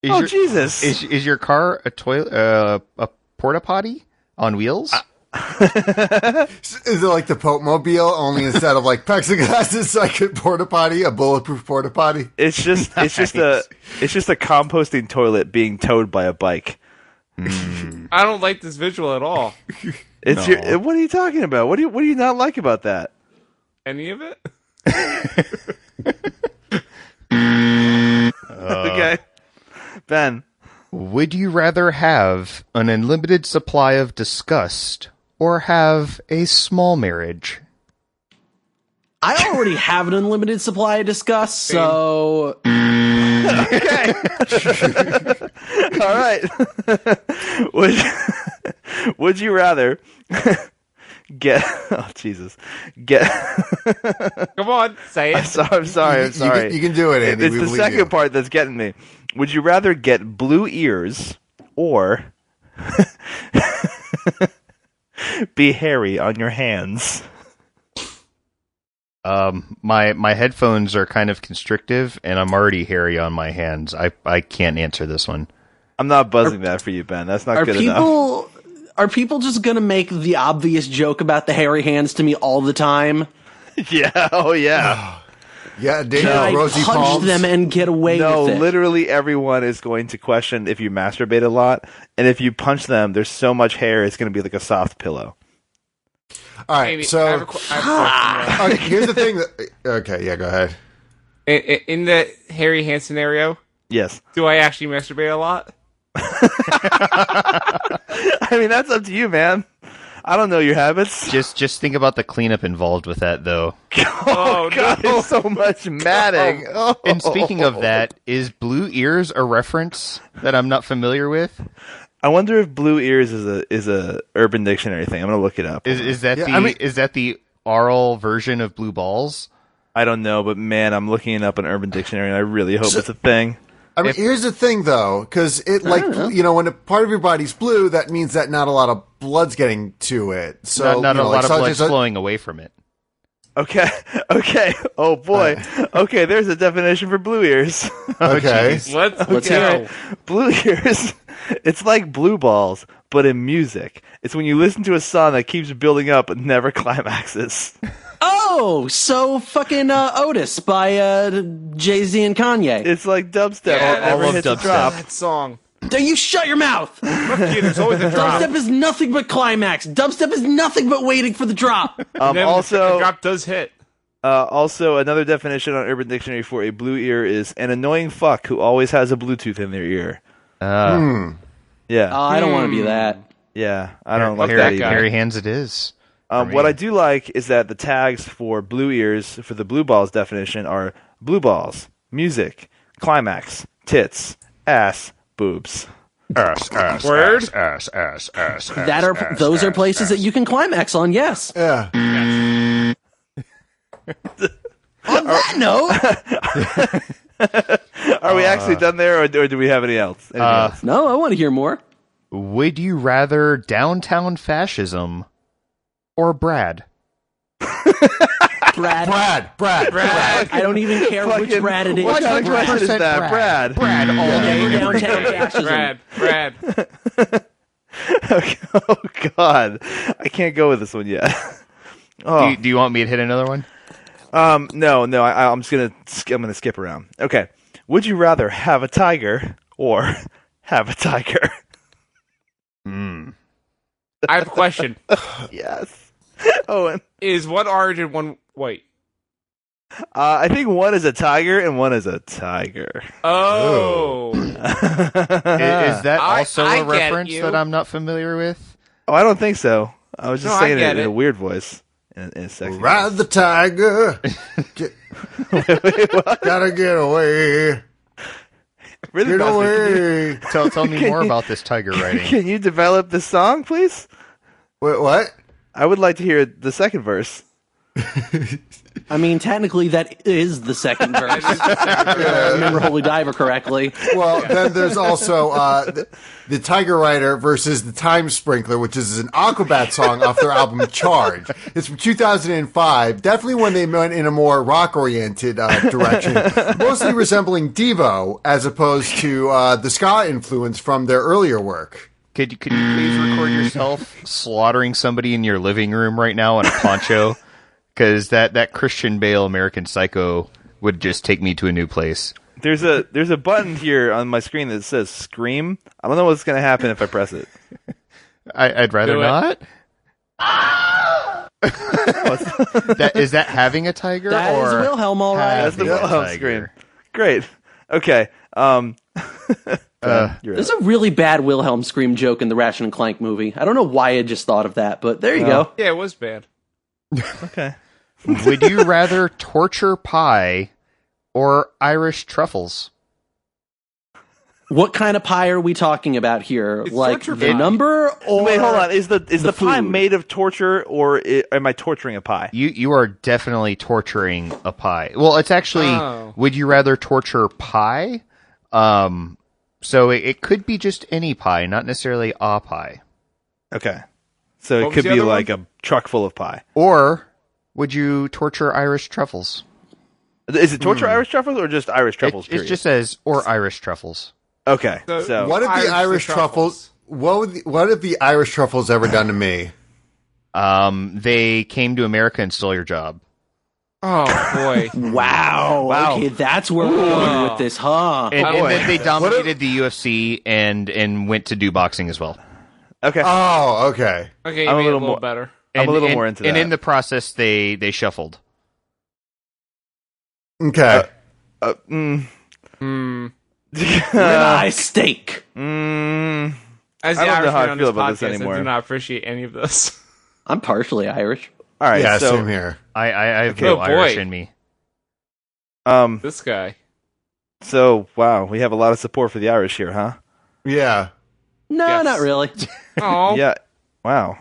S7: is
S3: oh,
S7: your,
S3: Jesus.
S7: is is your car a toilet uh, a porta potty on wheels?
S5: Is it like the Pope Mobile, only instead of like [LAUGHS] plexiglasses, I could porta potty, a bulletproof porta potty?
S3: [LAUGHS] it's
S5: [LAUGHS]
S3: just it's just a it's just a composting toilet being towed by a bike.
S6: I don't like this visual at all.
S3: It's your what are you talking about? What do you what do you not like about that?
S6: Any of it?
S5: Uh.
S3: okay. Ben,
S5: [LAUGHS]
S7: Would you rather have an unlimited supply of disgust or have a small marriage?
S4: I already have an unlimited supply of disgust, so
S3: All right. [LAUGHS] would [LAUGHS] Would you rather [LAUGHS] get? [LAUGHS] Oh Jesus! Get. [LAUGHS]
S6: Come on, say it.
S3: so, I'm sorry. I'm
S5: You can,
S3: Uh, sorry.
S5: you can do it, Andy.
S3: it's
S5: we
S3: the
S5: believe
S3: second
S5: you.
S3: part that's getting me. Would you rather get blue ears or [LAUGHS] be hairy on your hands?
S7: Um, my my headphones are kind of constrictive, and I'm already hairy on my hands. I I can't answer this one.
S3: I'm not buzzing that for you, Ben. That's not
S4: are
S3: good enough.
S4: people are people just gonna make
S3: [LAUGHS]
S4: the obvious joke about the hairy hands to me all the time?
S3: [SIGHS] Yeah. Oh yeah.
S5: Yeah, Daniel
S4: I
S5: Rosie
S4: punch
S5: Palms.
S4: them and get away
S3: No,
S4: with it.
S3: literally everyone is going to question if you masturbate a lot, and if you punch them, there's so much hair, it's going to be like a soft pillow.
S5: All right,
S6: Amy, I have
S5: so
S6: a qu- I have a question, though.
S5: okay, here's the thing. That, okay, yeah, go ahead.
S6: in, in- in the Harry Hand scenario,
S3: Yes,
S6: do I actually masturbate a lot?
S3: [LAUGHS] I mean that's up to you, man. I don't know your habits. [LAUGHS]
S7: Just just think about the cleanup involved with that though.
S6: Oh,
S3: God,
S6: no.
S3: it's so [LAUGHS] much matting. Oh.
S7: Um, And speaking of that, is blue ears a reference that I'm not familiar with?
S3: I wonder if blue ears is a is a Urban Dictionary thing. I'm gonna look it up.
S7: Is is that
S5: Yeah,
S7: the
S5: I mean-
S7: is that the oral version of blue balls?
S3: I don't know, but man, I'm looking it up in Urban Dictionary, and I really hope it's a thing.
S5: I mean, here's the thing though, because it like you know when a part of your body's blue, that means that not a lot of blood's getting to it. So
S7: Not, not
S5: you know,
S7: a
S5: like,
S7: lot of
S5: so
S7: blood
S5: just, like-
S7: flowing away from it.
S3: Okay, [LAUGHS] okay. Oh
S6: [LAUGHS]
S3: boy. Okay, there's a definition for blue ears. [LAUGHS]
S5: Okay,
S6: Let's,
S4: Let's
S6: okay.
S4: hear it.
S3: Blue ears. [LAUGHS] It's like blue balls, but in music. It's when you listen to a song that keeps building up but never [LAUGHS] climaxes.
S4: Oh, so fucking uh, Otis by uh, Jay Z and Kanye.
S3: It's like dubstep.
S6: Yeah,
S3: it never
S7: all of
S3: hits a
S7: dubstep.
S3: drop.
S6: That song.
S4: Do you shut your mouth?
S6: Dude, there's always
S3: [LAUGHS]
S6: a drop.
S4: Dubstep is nothing but climax. Dubstep is nothing but waiting for the drop.
S3: Um,
S6: [LAUGHS] Then the
S3: also,
S6: drop does hit.
S3: uh, also another definition on Urban Dictionary for a blue ear is an annoying fuck who always has a Bluetooth in their ear.
S7: Uh,
S3: Yeah,
S4: Oh, I don't want to be that.
S3: yeah. I don't like
S7: Harry,
S3: that either.
S7: Harry hands it is.
S3: Um,
S7: for
S3: what
S7: me.
S3: I do like is that the tags for blue ears for the blue balls definition are blue balls, music, climax, tits, ass, boobs.
S6: Word?
S4: That are those are places that you can climax on. Yes.
S5: yeah.
S4: On that note,
S3: Are we actually done there, or, or do we have any else? Anything else?
S4: no, I want to hear more.
S7: Would you rather downtown fascism or Brad?
S4: Brad,
S5: Brad, Brad, Brad.
S4: I don't even care which
S3: Fucking-
S4: Brad it is.
S3: What kind of question is
S7: 100%
S3: that, Brad? [LAUGHS]
S7: Brad all
S4: Never
S7: day. every
S4: downtown
S7: day.
S4: fascism.
S6: Brad, Brad.
S3: oh God, I can't go with this one yet. [LAUGHS] Oh,
S7: Do you, do you want me to hit another one?
S3: Um, no, no, I, I'm just gonna sk- I'm gonna skip around. Okay, would you rather have a tiger or [LAUGHS] have a tiger? [LAUGHS]
S6: I have a question.
S3: yes, [LAUGHS] Owen.
S6: Is one orange and one white?
S3: Uh, I think one is a tiger and one is a tiger.
S6: Oh.
S7: I- Is, that
S6: I-
S7: also
S6: I
S7: a
S6: get
S7: reference
S6: you.
S7: that I'm not familiar with?
S3: Oh, I don't think so. I was just
S6: No, I
S3: saying it,
S6: get
S3: in a
S6: it.
S3: weird voice. In, in a sexy
S5: Ride the tiger. Get-
S7: [LAUGHS]
S5: Gotta get away.
S3: voice. Really,
S5: Get
S3: Buster,
S5: away.
S7: Tell tell me more about this tiger writing.
S3: Can you [LAUGHS] develop this song, please?
S5: Wait, what?
S3: I would like to hear the second verse.
S4: I mean, technically, that is the second verse.
S6: [LAUGHS]
S4: if I remember Holy Diver correctly.
S5: Well, then there's also uh, the, the Tiger Rider versus the Time Sprinkler, which is an Aquabat song off their album Charge. It's from 2005, definitely when they went in a more rock oriented uh, direction, mostly resembling Devo as opposed to uh, the ska influence from their earlier work.
S7: Could you- could you please record yourself slaughtering somebody in your living room right now in a poncho? Because that that Christian Bale American Psycho would just take me to a new place.
S3: There's a there's a button here on my screen that says scream. I don't know what's gonna happen if I press it.
S7: I, I'd rather
S6: Do it.
S7: not. that is that having a tiger
S4: That is
S7: or
S4: Wilhelm, all right.
S7: having
S3: That's the
S7: a
S3: Wilhelm
S7: tiger?
S3: scream. Great. Okay. Um,
S4: There's a really bad Wilhelm scream joke in the Ration and Clank movie. I don't know why I just thought of that, but there you go.
S6: Yeah, it was bad.
S3: okay.
S7: Would you rather torture pie or Irish truffles?
S4: What kind of pie are we talking about here?
S6: It's
S4: like
S6: torture
S4: the
S6: pie.
S4: number or
S3: Wait, hold on. Is the is the,
S4: the
S3: pie
S4: food.
S3: made of torture or i am I torturing a pie?
S7: You you are definitely torturing a pie. Well, it's actually
S6: Oh.
S7: would you rather torture pie? Um so it, it could be just any pie, not necessarily a pie.
S3: Okay. So
S6: What
S3: it
S6: was
S3: could
S6: the
S3: be
S6: other
S3: like a truck full of pie.
S7: Or would you torture Irish truffles?
S3: Is it torture Irish truffles or just Irish
S7: It,
S3: truffles?
S7: it just says or Irish truffles.
S3: okay. So,
S6: So-
S5: What if
S6: Irish
S5: the Irish
S6: truffles.
S5: truffles? What would the, what have the Irish truffles ever done to me?
S7: Um they came to America and stole your job.
S6: Oh boy.
S4: Wow.
S7: Wow.
S4: Okay, that's where we're going with this, huh?
S7: And, and
S6: Oh, boy.
S7: then they dominated the UFC and and went to do boxing as well.
S3: Okay.
S5: Oh, okay.
S6: Okay, you
S3: I'm a
S6: made it
S3: little
S6: a little,
S3: more-
S6: better.
S3: I'm a
S7: And-
S3: little
S7: and-
S3: more into
S7: And
S3: that.
S7: in the process, they they shuffled.
S5: Okay.
S3: Uh, mm.
S6: Hmm.
S3: [LAUGHS]
S4: Ribeye steak.
S3: Mm.
S6: As the
S3: I don't know
S6: Irishman
S3: how I
S6: on
S3: feel
S6: this
S3: about this
S6: podcast, I
S3: anymore.
S6: do not appreciate any of this. [LAUGHS]
S4: I'm partially Irish.
S3: All right.
S5: yeah,
S3: so
S5: same here.
S7: I I, I have
S6: Okay.
S7: no
S6: Oh, boy.
S7: Irish in me.
S3: um
S6: This guy.
S3: so wow, we have a lot of support for the Irish here, huh?
S5: Yeah.
S4: No,
S6: Yes.
S4: not really.
S6: Oh,
S3: [LAUGHS] Yeah. Wow.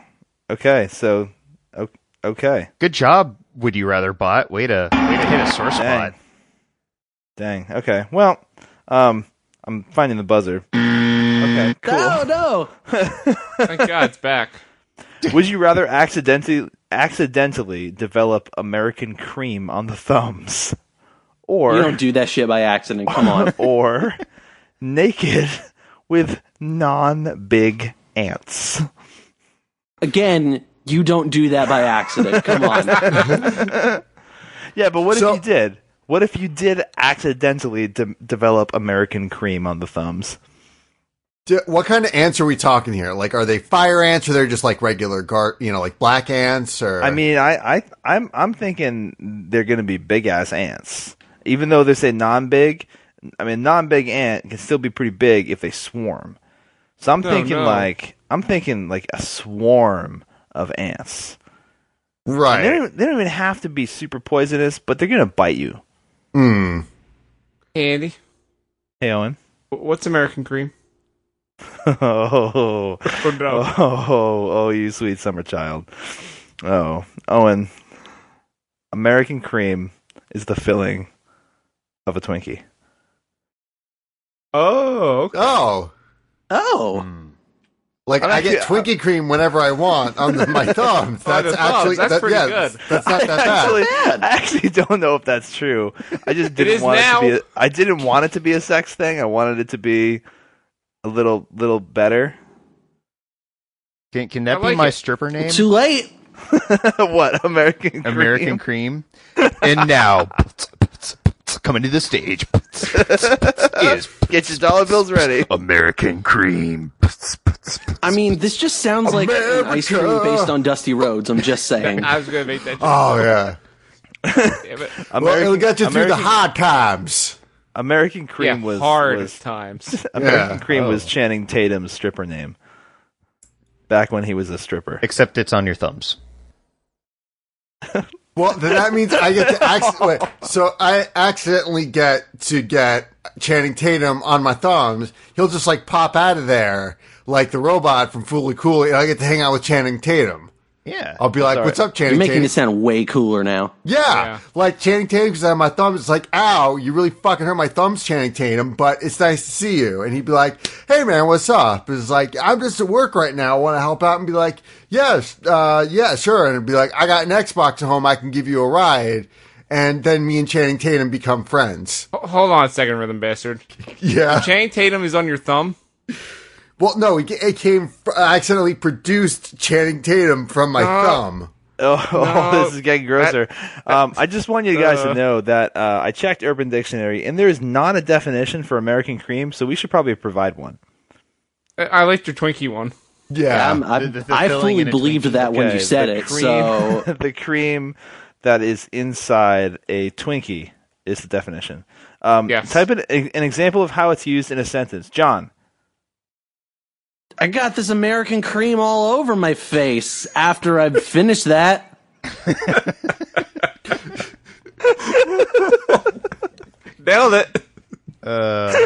S3: Okay. So o- okay.
S7: Good job. Would you rather bot? Way to way to hit a sore
S3: Dang.
S7: spot.
S3: Dang. Okay. Well, um, I'm finding the buzzer. Okay. [LAUGHS] Cool.
S4: Mm, No, no.
S6: thank God it's back.
S3: Would you rather accidentally accidentally develop American cream on the thumbs,
S4: You
S3: or
S4: don't do that shit by accident. Come on.
S3: [LAUGHS] or naked with non-big ants?
S4: Again, you don't do that by accident. Come on.
S3: [LAUGHS] Yeah, but what
S5: So-
S3: if you did? What if you did accidentally de- develop American cream on the thumbs?
S5: D- what kind of ants are we talking here? Like, are they fire ants or they're just like regular gar? You know, like black ants or?
S3: I mean, I, I, I'm, I'm thinking they're going to be big ass ants, even though they say non-big. I mean, non-big ant can still be pretty big if they swarm. So I'm
S6: No,
S3: thinking
S6: no.
S3: like, I'm thinking like a swarm of ants. And they
S5: right.
S3: don't, even- they don't even have to be super poisonous, but they're going to bite you.
S5: Hmm.
S6: Andy,
S3: Hey, Owen.
S6: wh- what's American cream?
S3: [LAUGHS] oh,
S6: Oh no.
S3: oh, oh, oh, you sweet summer child. Oh, Owen. American cream is the filling of a Twinkie.
S6: Oh, okay.
S5: Oh,
S4: Oh.
S5: like
S3: I'm
S5: I get
S3: actually-
S5: Twinkie cream whenever I want on the, my thumb. That's
S6: the thumbs,
S5: actually
S6: that's
S5: that-
S6: pretty
S5: yeah,
S6: good.
S3: [LAUGHS]
S5: That's not that bad.
S3: actually, I actually don't know if that's true. I just didn't
S6: is
S3: want
S6: now.
S3: it to be. A, I didn't want it to be a sex thing. I wanted it to be a little, little better. [LAUGHS]
S7: Can can
S6: I
S7: that
S6: like
S7: be my
S6: it.
S7: stripper name?
S4: Too late.
S3: what American? Cream?
S7: American cream. [LAUGHS] and now, coming to the stage is
S3: Get your dollar bills ready.
S7: American cream.
S4: I mean, this just sounds like an ice cream
S5: America.
S4: based on dusty roads. I'm just saying.
S6: [LAUGHS] I was
S3: [LAUGHS]
S6: gonna make that.
S3: Ah,
S6: Joke.
S5: Oh yeah.
S6: Damn it.
S5: Well, it'll get you through the
S3: American-
S5: hard times.
S3: American cream
S6: yeah,
S3: was
S6: hard
S3: was
S6: times.
S3: American
S5: Yeah.
S3: cream was Channing Tatum's stripper name. Back when he was a stripper. [LAUGHS]
S7: Except it's on your thumbs.
S5: Well, then that means I get to acc- wait, so I accidentally get to get Channing Tatum on my thumbs. He'll just like pop out of there like the robot from Foolie Cooley, and I get to hang out with Channing Tatum.
S7: Yeah.
S5: I'll be like, "What's up, Channing
S4: You're making
S5: Tatum?"
S4: this sound way cooler now.
S5: yeah.
S6: Yeah.
S5: like Channing Tatum because on my thumbs, it's like, "Ow, you really fucking hurt my thumbs, Channing Tatum." But it's nice to see you. And he'd be like, "Hey, man, what's up?" It's like, "I'm just at work right now. Want to help out?" And be like, "Yes, uh, yeah, sure." And it'd be like, "I got an Xbox at home. I can give you a ride." And then me and Channing Tatum become friends.
S3: Oh,
S6: Ho- Hold on a second, rhythm bastard.
S5: [LAUGHS] Yeah.
S6: Channing Tatum is on your thumb.
S5: well, no, it, it came. fr- I accidentally produced Channing Tatum from my
S3: Uh,
S5: thumb.
S3: Oh, [LAUGHS]
S6: No.
S3: this is getting grosser. um, I just want you guys to know that uh, I checked Urban Dictionary, and there is not a definition for American cream, so we should probably provide one.
S6: I, I liked your Twinkie one.
S5: Yeah.
S4: I'm, I,
S7: The- the- the
S4: I
S7: filling
S4: fully
S7: in a
S4: believed
S7: Twinkie.
S4: that when
S3: Okay,
S4: you said
S3: the
S4: it.
S3: cream-
S4: So
S3: [LAUGHS] the cream that is inside a Twinkie is the definition. Um,
S6: Yes.
S3: Type in a- an example of how it's used in a sentence. John,
S4: [LAUGHS] I got this American cream all over my face after I've finished that.
S6: [LAUGHS] Nailed it.
S4: Is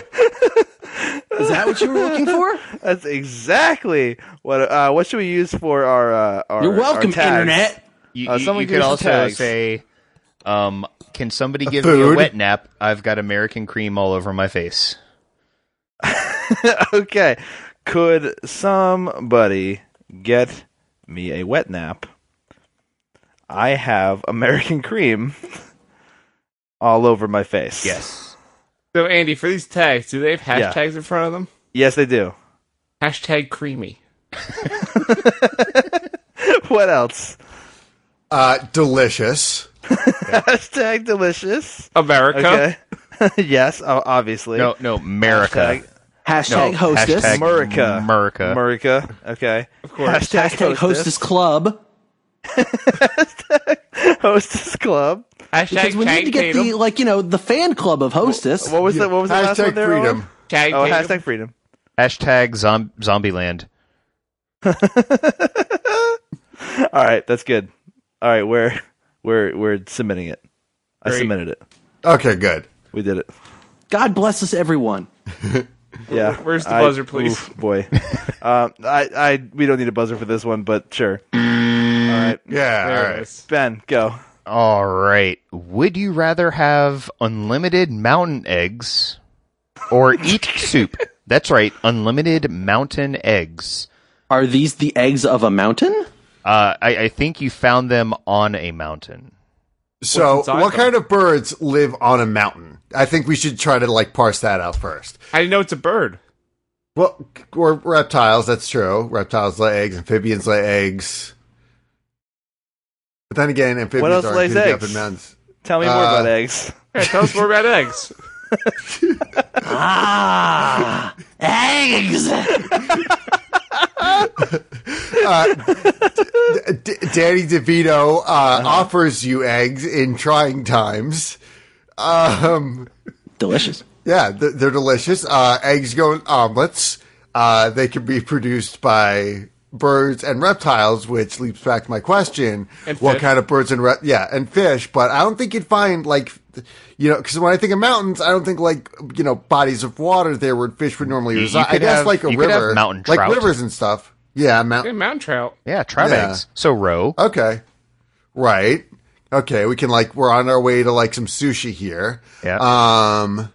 S4: that what you were
S7: [LAUGHS]
S4: looking for?
S3: that's exactly what. Uh, what should we use for our? Uh, our
S4: You're welcome,
S3: our tags?
S4: Internet.
S7: You,
S3: Uh,
S7: you-
S3: someone
S7: you
S3: give
S7: could
S3: us the
S7: also
S3: tags.
S7: say, um, "Can somebody give me a
S5: food.
S7: wet nap? I've got American cream all over my face."
S3: [LAUGHS] okay. Could somebody get me a wet nap? I have American [LAUGHS] cream all over my face.
S7: Yes.
S6: So Andy, for these tags, do they have
S3: Yeah.
S6: hashtags in front of them?
S3: Yes, they do. [LAUGHS]
S6: Hashtag creamy.
S3: what else? [LAUGHS]
S5: Uh, delicious.
S3: Hashtag delicious.
S6: America.
S3: Okay. [LAUGHS] yes, o- obviously.
S7: No, no, America.
S3: Hashtag,
S4: Hashtag
S7: No,
S4: hostess.
S7: hashtag
S3: Murica.
S7: Murica.
S3: Murica. Okay. Of course. Hashtag,
S4: Hashtag hostess club.
S3: Hostess club.
S6: Hashtag
S4: Because we need to get the like you know the fan club of hostess.
S3: What was the what was the last one
S5: Hashtag
S3: there?
S5: freedom.
S3: Owen? Oh, hashtag freedom.
S7: Hashtag zom- Zombieland.
S3: All right, that's good. All right, we're we're we're submitting it. I
S6: Great.
S3: submitted it.
S5: Okay, good.
S3: We did it.
S4: God bless us, everyone.
S3: Yeah.
S6: Where's the
S3: I-
S6: buzzer, please?
S3: oof, boy. um, I I we don't need a buzzer for this one, but sure. All right,
S5: Yeah, all
S6: There it
S5: right.
S6: is.
S3: Ben, go.
S7: All right. Would you rather have unlimited mountain eggs
S5: [LAUGHS]
S7: or eat soup? That's right, unlimited mountain eggs.
S4: Are these the eggs of a mountain?
S7: Uh, I, I think you found them on a mountain.
S5: So,
S6: inside
S5: what
S6: them?
S5: kind of birds live on a mountain? I think we should try to like parse that out first.
S6: I didn't know it's a bird.
S5: Well, or reptiles. That's true. Reptiles lay eggs. Amphibians lay eggs. But then again, amphibians
S3: else
S5: aren't
S3: lays
S5: huge
S3: eggs?
S5: up in mountains.
S3: Tell me more
S5: Uh,
S3: about eggs.
S6: Yeah, tell us more about eggs. [LAUGHS]
S4: Ah, [LAUGHS] eggs.
S5: D- Danny DeVito uh,
S3: Uh-huh.
S5: offers you eggs in trying times. Um,
S4: Delicious.
S5: yeah, th- they're delicious. Uh, eggs go in omelets. Uh, they can be produced by birds and reptiles, which leaps back to my question:
S6: And
S5: What
S6: fish.
S5: kind of birds and re- yeah, and fish? But I don't think you'd find like. You know, because when I think of mountains, I don't think like you know bodies of water there where fish would normally
S7: You- you
S5: reside. I
S7: could
S5: guess
S7: have-
S5: like a
S7: you could have
S5: river,
S7: mountain
S5: like
S7: trout.
S5: rivers and stuff. Yeah, mountain.
S6: Hey, mountain trout.
S7: Yeah, trout
S5: Yeah.
S7: eggs. So roe.
S5: Okay. Right. Okay, we can like we're on our way to like some sushi here.
S7: Yeah.
S5: Um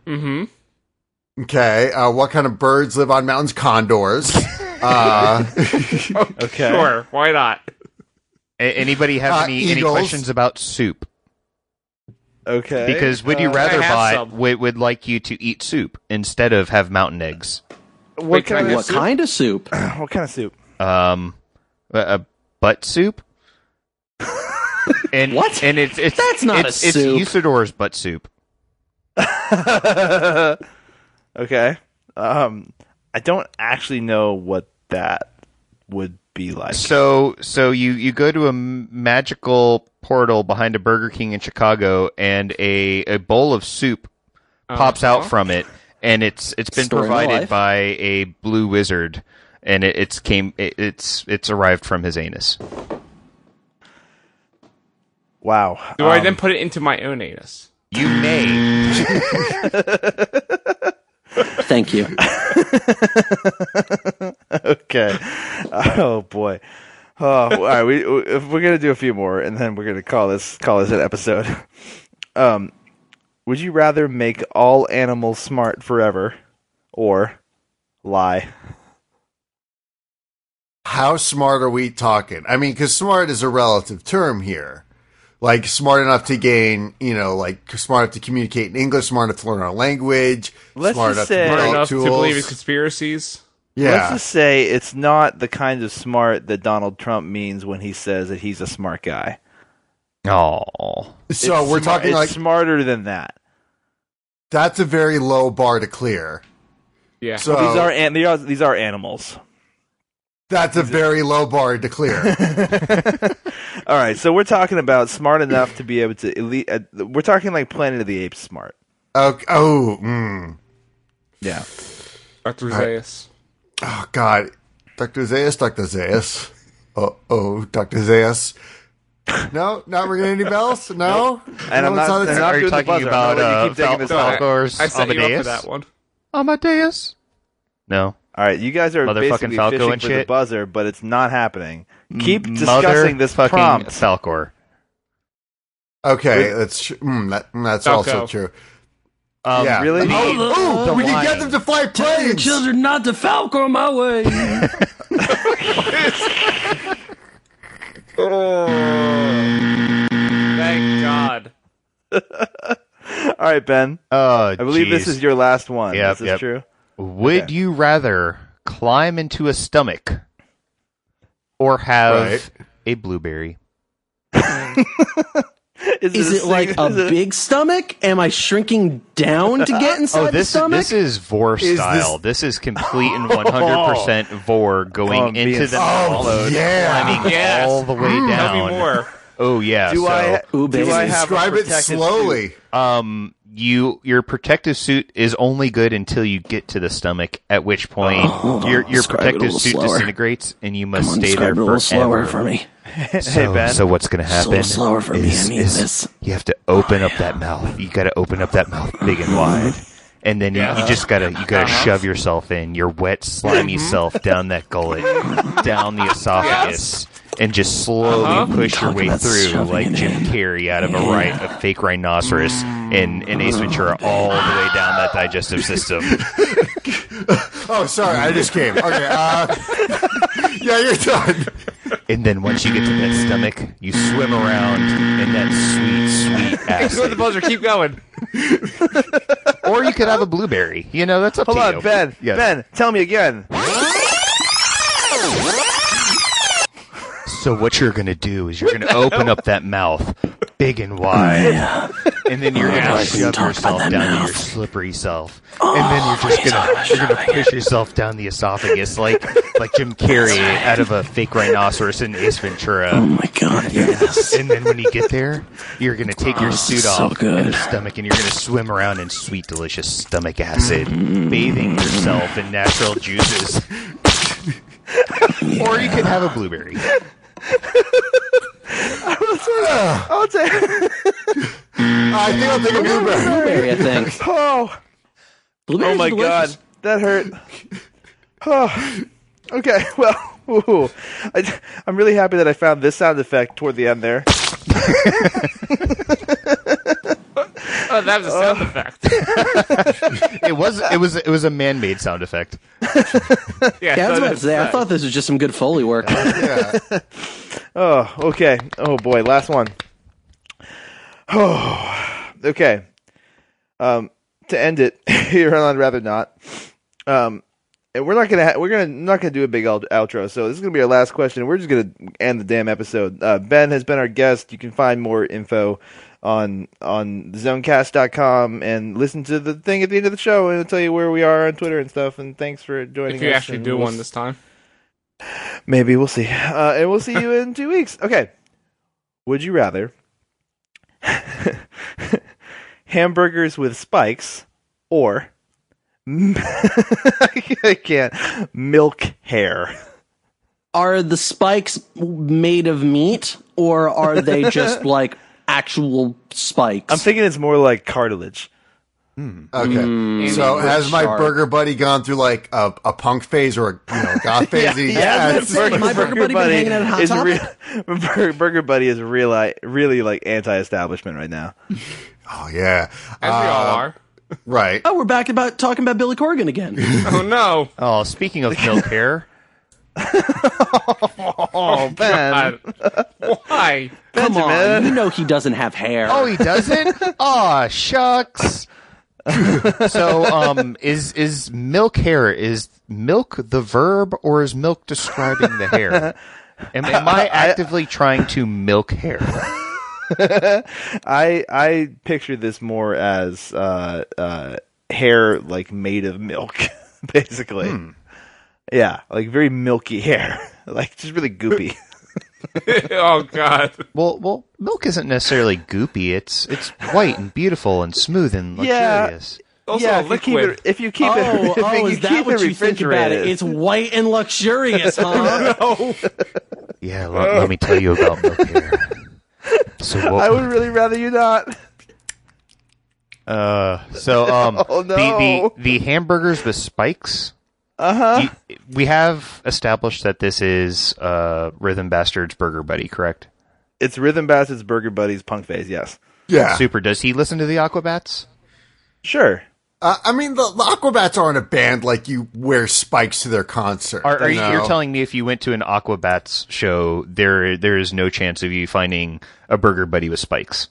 S5: Okay. Uh what kind of birds live on mountains? Condors. uh
S3: Okay.
S6: Sure, why not?
S7: A- anybody have
S5: Uh,
S7: any, any
S5: eagles.
S7: questions about soup?
S3: Okay.
S7: Because would you rather
S6: uh, I have
S7: buy
S6: some.
S7: would, would like you to eat soup instead of have mountain eggs?
S3: what
S6: Wait, can
S3: kind
S6: I
S3: of
S4: What kind of soup?
S3: Uh, what kind of soup?
S7: um, a, a butt soup. And,
S4: [LAUGHS] What?
S7: And it's it's
S4: That's not a
S7: it's, it's
S4: soup.
S7: Usador's butt soup.
S3: Okay. Um, I don't actually know what that would be like.
S7: So so you you go to a m- magical portal behind a Burger King in Chicago, and a a bowl of soup pops out from it, and it's it's been
S4: Uh-huh. Story of my
S7: provided
S4: life.
S7: by a blue wizard, and it, it's came it, it's it's arrived from his anus.
S3: Wow.
S6: Do I then put it into my own anus?
S7: You may
S4: Thank you.
S3: Okay. [LAUGHS] Oh boy. Oh, all right. We we- if we're gonna do a few more, and then we're gonna call this call this an episode. [LAUGHS] Um, would you rather make all animals smart forever, or lie?
S5: how smart are we talking? I mean, cuz smart is a relative term here. Like smart enough to gain, you know, like smart enough to communicate in English, smart enough to learn our language,
S3: Let's
S5: smart
S3: just
S5: enough
S3: say-
S5: to
S6: Smart
S5: develop
S6: enough
S5: tools.
S6: to believe in conspiracies.
S5: yeah.
S3: Let's just say it's not the kind of smart that Donald Trump means when he says that he's a smart guy.
S7: oh
S5: so
S3: It's
S5: we're
S3: sma-
S5: talking
S3: it's
S5: like
S3: smarter than that.
S5: that's a very low bar to clear.
S6: Yeah.
S5: So
S7: Oh.
S3: These are, an- they are these are animals.
S5: That's a very low bar to clear.
S3: [LAUGHS] All right, so we're talking about smart enough to be able to elite. Uh, we're talking like Planet of the Apes smart.
S5: okay. Oh, mm.
S3: Yeah.
S6: Dr. Zeus.
S5: oh, God. Dr. Zeus, Dr. Zeus. Uh oh, Dr. Zeus. No, not ringing any bells? No?
S3: And I'm
S5: it's
S3: not-
S5: the-
S3: and not
S7: Are you
S3: doing the
S7: talking
S3: buzzer.
S7: about,
S3: No, you
S7: uh,
S3: keep taking
S7: Fal-
S3: this
S7: Fal-
S3: off.
S6: I-
S7: Falcor's
S6: I set you up
S7: Amadeus?
S6: for that one.
S7: Amadeus. No.
S3: All right, you guys are
S7: Motherfucking
S3: basically
S7: Falco
S3: fishing
S7: and
S3: for the
S7: shit.
S3: buzzer, but it's not happening. Keep
S7: Mother
S3: discussing this
S7: fucking
S3: prompt.
S7: Falcor.
S5: Okay, that's, tr- mm, that, that's
S6: Falco.
S5: also true.
S7: Um,
S5: yeah.
S7: Really?
S5: Oh, ooh,
S7: the
S5: we can
S7: lion.
S5: get them to fly planes.
S4: not to falco my way.
S6: Thank God.
S3: All right, Ben.
S7: Oh,
S3: I believe this is your last one.
S7: Yep,
S3: this is
S7: yep.
S3: true. [LAUGHS]
S7: Would you rather climb into a stomach or have
S5: Right.
S7: a blueberry?
S4: [LAUGHS] Is it like a big stomach? Am I shrinking down to get
S7: [LAUGHS]
S4: inside
S7: Oh, this
S4: the stomach?
S7: this is Vor
S5: this-
S7: style. This... is complete and one hundred percent Vor going
S3: Oh, being
S7: into the
S5: Oh,
S7: hollowed,
S5: yeah.
S7: climbing
S6: Yes.
S7: all the way down.
S6: Tell me more.
S7: Oh yeah.
S3: Do
S7: so,
S3: I?
S4: Ooh, baby.
S3: do I have a
S5: Describe it
S3: protective
S5: slowly.
S7: um you your protective suit is only good until you get to the stomach, at which point your your
S4: Oh, describe it a
S7: protective
S4: little
S7: suit
S4: slower.
S7: disintegrates and you must
S4: Come on,
S7: stay
S4: describe
S7: there
S4: it a little
S7: forever.
S4: slower for me.
S7: So, so what's going to happen?
S4: slower for me, I need this.
S7: You have to open up that mouth. You got to open up that mouth big and wide, and then you, you just gotta you gotta
S6: Uh-huh.
S7: shove yourself in your wet slimy
S4: Mm-hmm.
S7: self down that gullet, down the esophagus, and just slowly
S6: Uh-huh.
S7: push your
S4: Talk
S7: way
S4: about
S7: through
S4: shoving
S7: like
S4: it
S7: Jim
S4: in.
S7: Carrey out of a right a fake rhinoceros in in Ace Ventura all the way down that digestive system.
S5: Oh, sorry, I just came. Okay, uh, [LAUGHS] yeah, you're done.
S7: And then once you get to that stomach, you swim around in that sweet, sweet
S6: [LAUGHS] Go with the
S7: acid.
S6: buzzer. Keep going.
S7: or you could have a blueberry. You know, that's up
S3: Hold
S7: to
S3: on,
S7: you.
S3: Ben.
S7: Yes.
S3: Ben, tell me again.
S7: So what you're gonna do is you're gonna open up that mouth big and wide, and then you're gonna
S4: like when you
S7: shove
S4: talk
S7: yourself
S4: about that
S7: down to
S4: mouth.
S7: your slippery self, and then you're just gonna you're gonna push yourself down the esophagus like like Jim Carrey out of a fake rhinoceros in Ace Ventura.
S4: Oh my
S7: [LAUGHS]
S4: god, yes.
S7: And then when you get there, you're gonna take your suit
S4: Oh, so
S7: off
S4: good.
S7: and your stomach, and you're gonna swim around in sweet, delicious stomach acid,
S4: Mm-hmm.
S7: bathing yourself in natural juices. Or you could have a blueberry.
S3: I'll take.
S5: I think I'll take a blueberry.
S4: Blueberry, I think.
S7: [LAUGHS]
S3: [LAUGHS] Oh,
S4: Blueberries
S3: oh my
S4: are delicious.
S3: god, that hurt. Oh, okay, [LAUGHS] well, ooh. I, am really happy that I found this sound effect toward the end there.
S6: [LAUGHS] Oh, that was a sound [LAUGHS] effect.
S7: It was it was it was a man-made sound effect.
S6: Yeah,
S4: Yeah, I was
S6: so
S4: about to say. I thought this was just some good
S7: [LAUGHS]
S4: foley work.
S5: Yeah.
S3: Oh, okay. Oh boy, last one. [SIGHS] Oh, okay. Um, to end it [LAUGHS] here on I'd rather not. Um, and we're not gonna ha- we're gonna not gonna do a big out- outro. So this is gonna be our last question. We're just gonna end the damn episode. Uh, ben has been our guest. You can find more info on on zonecast.com and listen to the thing at the end of the show and it'll tell you where we are on Twitter and stuff. And thanks for joining.
S6: If you
S3: us,
S6: actually
S3: and
S6: do
S3: we'll
S6: one this time.
S3: Maybe we'll see. Uh, and we'll see you in two weeks. Okay. Would you rather [LAUGHS] hamburgers with spikes or [LAUGHS] I can't milk hair?
S4: Are the spikes made of meat or are
S7: [LAUGHS]
S4: they just like actual spikes?
S3: I'm thinking it's more like cartilage.
S5: Okay. so has my
S4: sharp.
S5: burger buddy gone through like a, a punk phase or a you know, goth phase? [LAUGHS] yeah,
S4: that's what I'm saying. My burger buddy been hanging out at Hot
S3: is
S4: Topic?
S3: real- [LAUGHS] Burger- Burger Buddy is really, really like anti-establishment right now.
S5: Oh yeah.
S6: As we all
S3: Uh,
S6: are.
S5: Right.
S4: oh, we're back about talking about Billy
S7: [LAUGHS]
S4: Corgan again.
S6: Oh,
S3: [LAUGHS]
S6: no.
S7: Oh, speaking of milk hair,
S3: Oh, Ben,
S6: God. Why? [LAUGHS]
S4: Come on, you know he doesn't have hair.
S7: oh, he doesn't. [LAUGHS] Aw, shucks. [LAUGHS] so, um, is is milk hair? Is milk the verb, or is milk describing the [LAUGHS] hair? Am, am I actively trying to milk hair?
S3: [LAUGHS] I I picture this more as uh, uh, hair like made of milk, [LAUGHS] basically. Yeah, like very milky hair, [LAUGHS] like just really
S4: [LAUGHS]
S3: goopy.
S6: Oh, God.
S7: Well, well, milk isn't necessarily goopy. It's it's white and beautiful and smooth and
S3: Yeah.
S7: luxurious.
S6: Also
S3: yeah,
S6: a
S3: if you keep
S6: liquid.
S3: it, if you keep it,
S4: oh,
S3: [LAUGHS] if
S4: oh,
S3: you
S4: is
S3: keep
S4: that what
S3: it
S4: you think about it?
S3: refrigerated.
S4: It's white and luxurious, huh?
S7: Yeah, let, let me tell you about milk hair. So what,
S3: I would really rather you not.
S7: Uh, so
S3: [LAUGHS]
S7: um,
S3: Oh, no. Uh-huh.
S7: the, the the hamburgers with spikes. Uh huh. We have established that this is uh Rhythm Bastard's Burger Buddy, correct?
S3: It's Rhythm Bastards Burger Buddies Punk Phase. Yes,
S5: Yeah.
S7: Super. Does he listen to the Aquabats?
S3: sure.
S5: Uh, I mean, the, the Aquabats aren't a band like you wear spikes to their concert.
S7: Are, are you,
S5: No.
S7: you're telling me if you went to an Aquabats show, there there is no chance of you finding a Burger Buddy with spikes?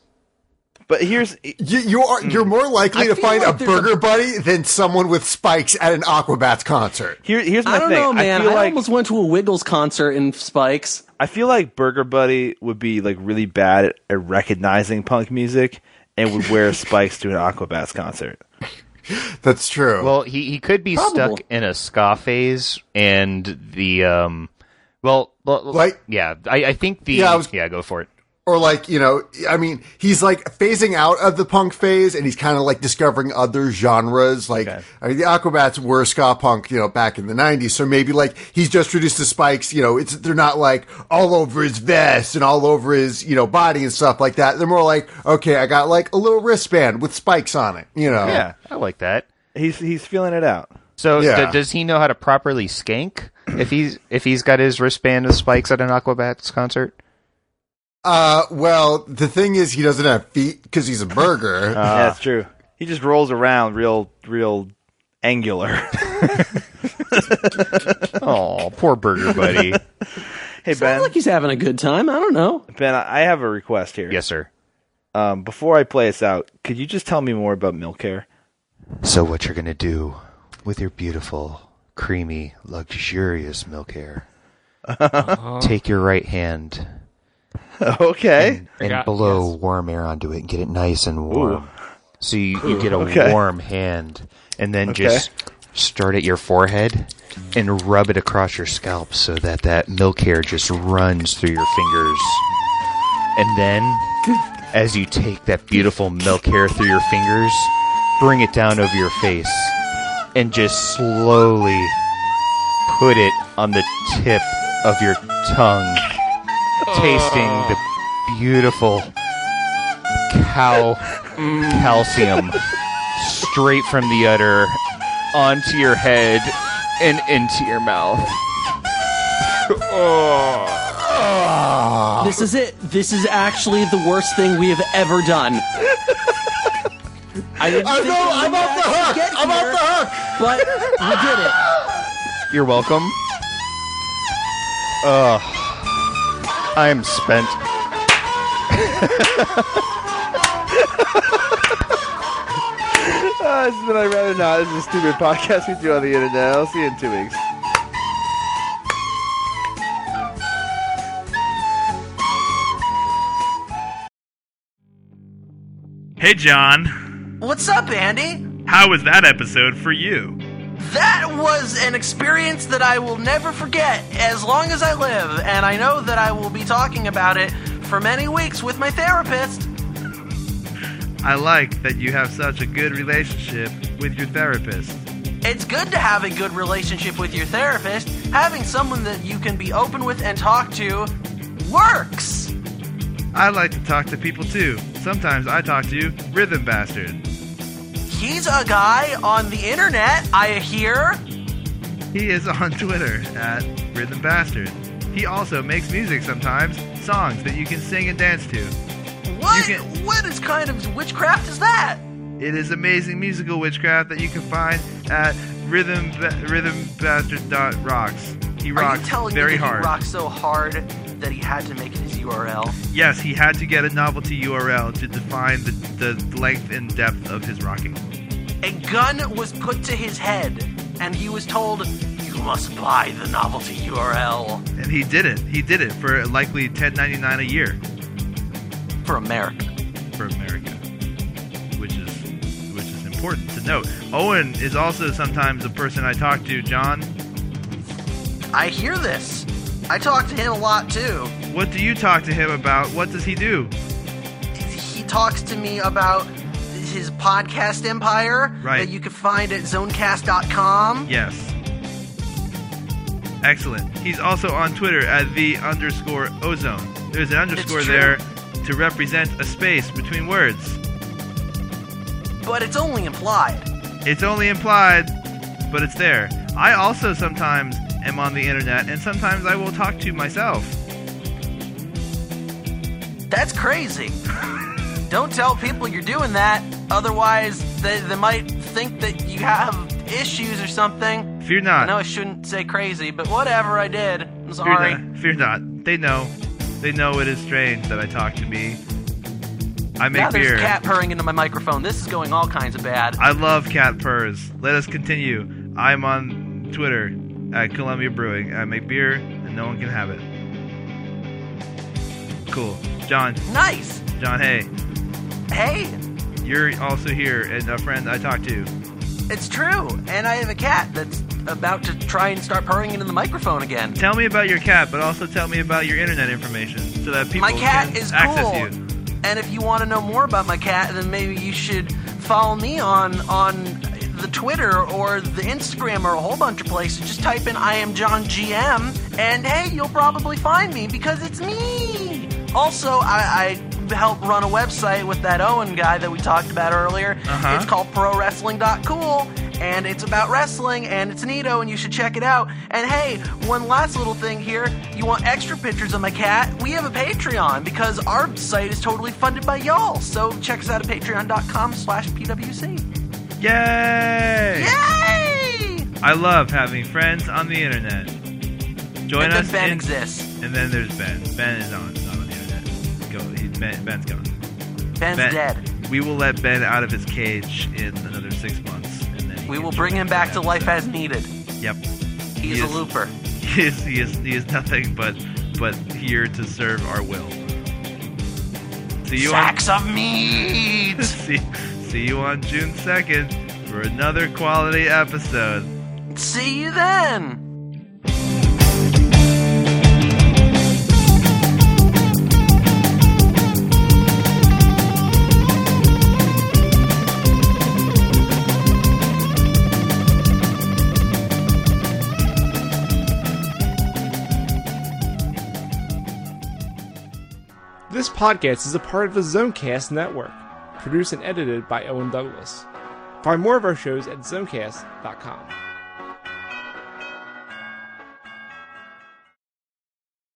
S8: But here's
S5: You, you
S7: Hmm.
S5: are you're more likely
S4: I
S5: to
S4: feel
S5: find
S4: like
S5: a
S4: there's a-
S5: burger buddy than someone with spikes at an Aquabats concert.
S8: here, here's my
S4: I don't
S8: thing.
S4: know, man. I,
S8: I feel like
S4: almost went to a Wiggles concert in Spikes.
S8: I feel like Burger Buddy would be like really bad at, at recognizing punk music and would wear spikes to an Aquabats concert.
S5: That's true.
S7: Well, he, he could be
S4: Probable.
S7: stuck in a ska phase, and the um, well, l- l-
S5: Like-
S7: yeah, I, I think the
S5: Yeah, I was-
S7: yeah, go for it.
S5: or like you know i mean he's like phasing out of the punk phase and he's kind of like discovering other genres like I mean, the aquabats were ska punk you know back in the 90s so maybe like he's just introduced to spikes you know it's they're not like all over his vest and all over his you know body and stuff like that they're more like okay i got like a little wristband with spikes on it you know
S7: Yeah, I like that.
S8: He's he's feeling it out.
S7: So d-
S5: Yeah.
S7: does he know how to properly skank if he's if he's got his wristband of spikes at an Aquabats [LAUGHS] concert?
S5: uh well the thing is he doesn't have feet because he's a burger
S3: Uh.
S8: yeah, that's true. He just rolls around real real angular.
S7: Oh, poor Burger Buddy.
S8: [LAUGHS] hey Ben,
S4: Sounds like he's having a good time. I don't know.
S8: Ben, I I have a request here.
S7: [LAUGHS] yes, sir.
S8: Um, before I play us out, could you just tell me more about milk hair?
S7: So what you're gonna do with your beautiful, creamy, luxurious milk [LAUGHS] hair? Take your right hand
S8: okay.
S7: and
S6: got-
S7: blow warm air onto it and get it nice and warm. So you, you get a
S8: okay.
S7: warm hand, and then just start at your forehead and rub it across your scalp so that that milk hair just runs through your fingers. And then, as you take that beautiful milk hair through your fingers, bring it down over your face and just slowly put it on the tip of your tongue tasting the beautiful cow calcium straight from the udder onto your head and into your mouth.
S4: This is it. This is actually the worst thing we have ever done. I didn't
S5: I
S4: think
S5: know,
S4: that we
S5: I'm
S4: would
S5: off the
S4: actually
S5: hook.
S4: get
S5: I'm off
S4: here,
S5: the hook.
S4: But we did it.
S7: You're welcome. Ugh.
S8: [LAUGHS]
S7: I'm spent.
S8: Uh, it's been I'd rather not. This is a stupid podcast we do on the internet. I'll see you in two weeks.
S3: Hey, John.
S4: [LAUGHS] What's up, Andy?
S3: How was that episode for you?
S4: That was an experience that I will never forget as long as I live, and I know that I will be talking about it for many weeks with my therapist.
S3: I like that you have such a good relationship with your therapist.
S4: It's good to have a good relationship with your therapist. Having someone that you can be open with and talk to works.
S3: I like to talk to people too. Sometimes I talk to you, Rhythm Bastard.
S4: He's a guy on the internet, I hear.
S3: He is on [LAUGHS] Twitter at Rhythm Bastard. He also makes music sometimes, songs that you can sing and dance to.
S4: What?
S3: You can-
S4: What is kind of witchcraft is that?
S3: It is amazing musical witchcraft that you can find at rhythm ba- rhythmbastard.rocks. He
S4: Are
S3: rocks
S4: you telling
S3: very
S4: me that
S3: hard.
S4: he rocked so hard that he had to make it his URL?
S3: Yes, he had to get a novelty URL to define the, the length and depth of his rocking.
S4: A gun was put to his head, and he was told, You must buy the novelty URL
S3: And he did it. He did it for likely $10.99 a year
S4: for America.
S3: for America, which is which is important to note. Owen is also sometimes a person I talk to. John,
S4: I hear this. I talk to him a lot too.
S3: what do you talk to him about? What does he do?
S4: He talks to me about his podcast empire
S3: Right.
S4: that you can find at zonecast.com.
S3: Yes. Excellent. He's also on Twitter at the underscore ozone. There's an underscore
S4: true.
S3: there to represent a space between words.
S4: But it's only implied.
S3: It's only implied, but it's there. I also sometimes am on the internet, and sometimes I will talk to myself.
S4: That's crazy. [LAUGHS] Don't tell people you're doing that, otherwise, they, they might think that you have issues or something.
S3: Fear
S4: I
S3: not.
S4: know I shouldn't say crazy, but whatever, I did. I'm
S3: fear
S4: sorry.
S3: not. Fear not. They know. They know it is strange that I talk to me. I make
S4: now
S3: beer.
S4: there's cat purring into my microphone. This is going all kinds of bad.
S3: I love cat purrs. Let us continue. I'm on Twitter at Columbia Brewing. I make beer and no one can have it. Cool. John,
S4: Nice.
S3: John, hey,
S4: Hey,
S3: you're also here and a friend I talked to.
S4: it's true. And I have a cat that's about to try and start purring into the microphone again.
S3: Tell me about your cat, but also tell me about your internet information so that people
S4: my cat
S3: can
S4: is
S3: access
S4: cool.
S3: you.
S4: And if you want to know more about my cat, then maybe you should follow me on on the Twitter or the Instagram or a whole bunch of places. Just type in I am John GM, and hey, you'll probably find me because it's me. Also, I. I help run a website with that Owen guy that we talked about earlier.
S3: Uh-huh.
S4: It's called prowrestling.cool and it's about wrestling and it's neato and you should check it out. And hey, one last little thing here. You want extra pictures of my cat? We have a Patreon because our site is totally funded by y'all. So check us out at patreon.com slash PWC.
S3: Yay!
S4: Yay!
S3: I love having friends on the internet. Join
S4: And
S3: us.
S4: then Ben
S3: in-
S4: exists.
S3: And then there's Ben. Ben is on, not on the internet. Go. He, ben, Ben's gone.
S4: Ben's
S3: Ben-
S4: dead.
S3: We will let Ben out of his cage in another six months, and then he
S4: We
S3: can
S4: will bring
S3: join
S4: him
S3: the
S4: back to life
S3: episode.
S4: as needed.
S3: Yep. [LAUGHS]
S4: He's
S3: Yes.
S4: a looper.
S3: He is, he is he is nothing but but here to serve our will. See you
S4: Sacks of
S3: [LAUGHS]
S4: meat!
S3: on [LAUGHS] see, see you on June second for another quality episode.
S4: See you then!
S6: This podcast is a part of the Zonecast Network, produced and edited by Owen Douglas. Find more of our shows at zonecast.com.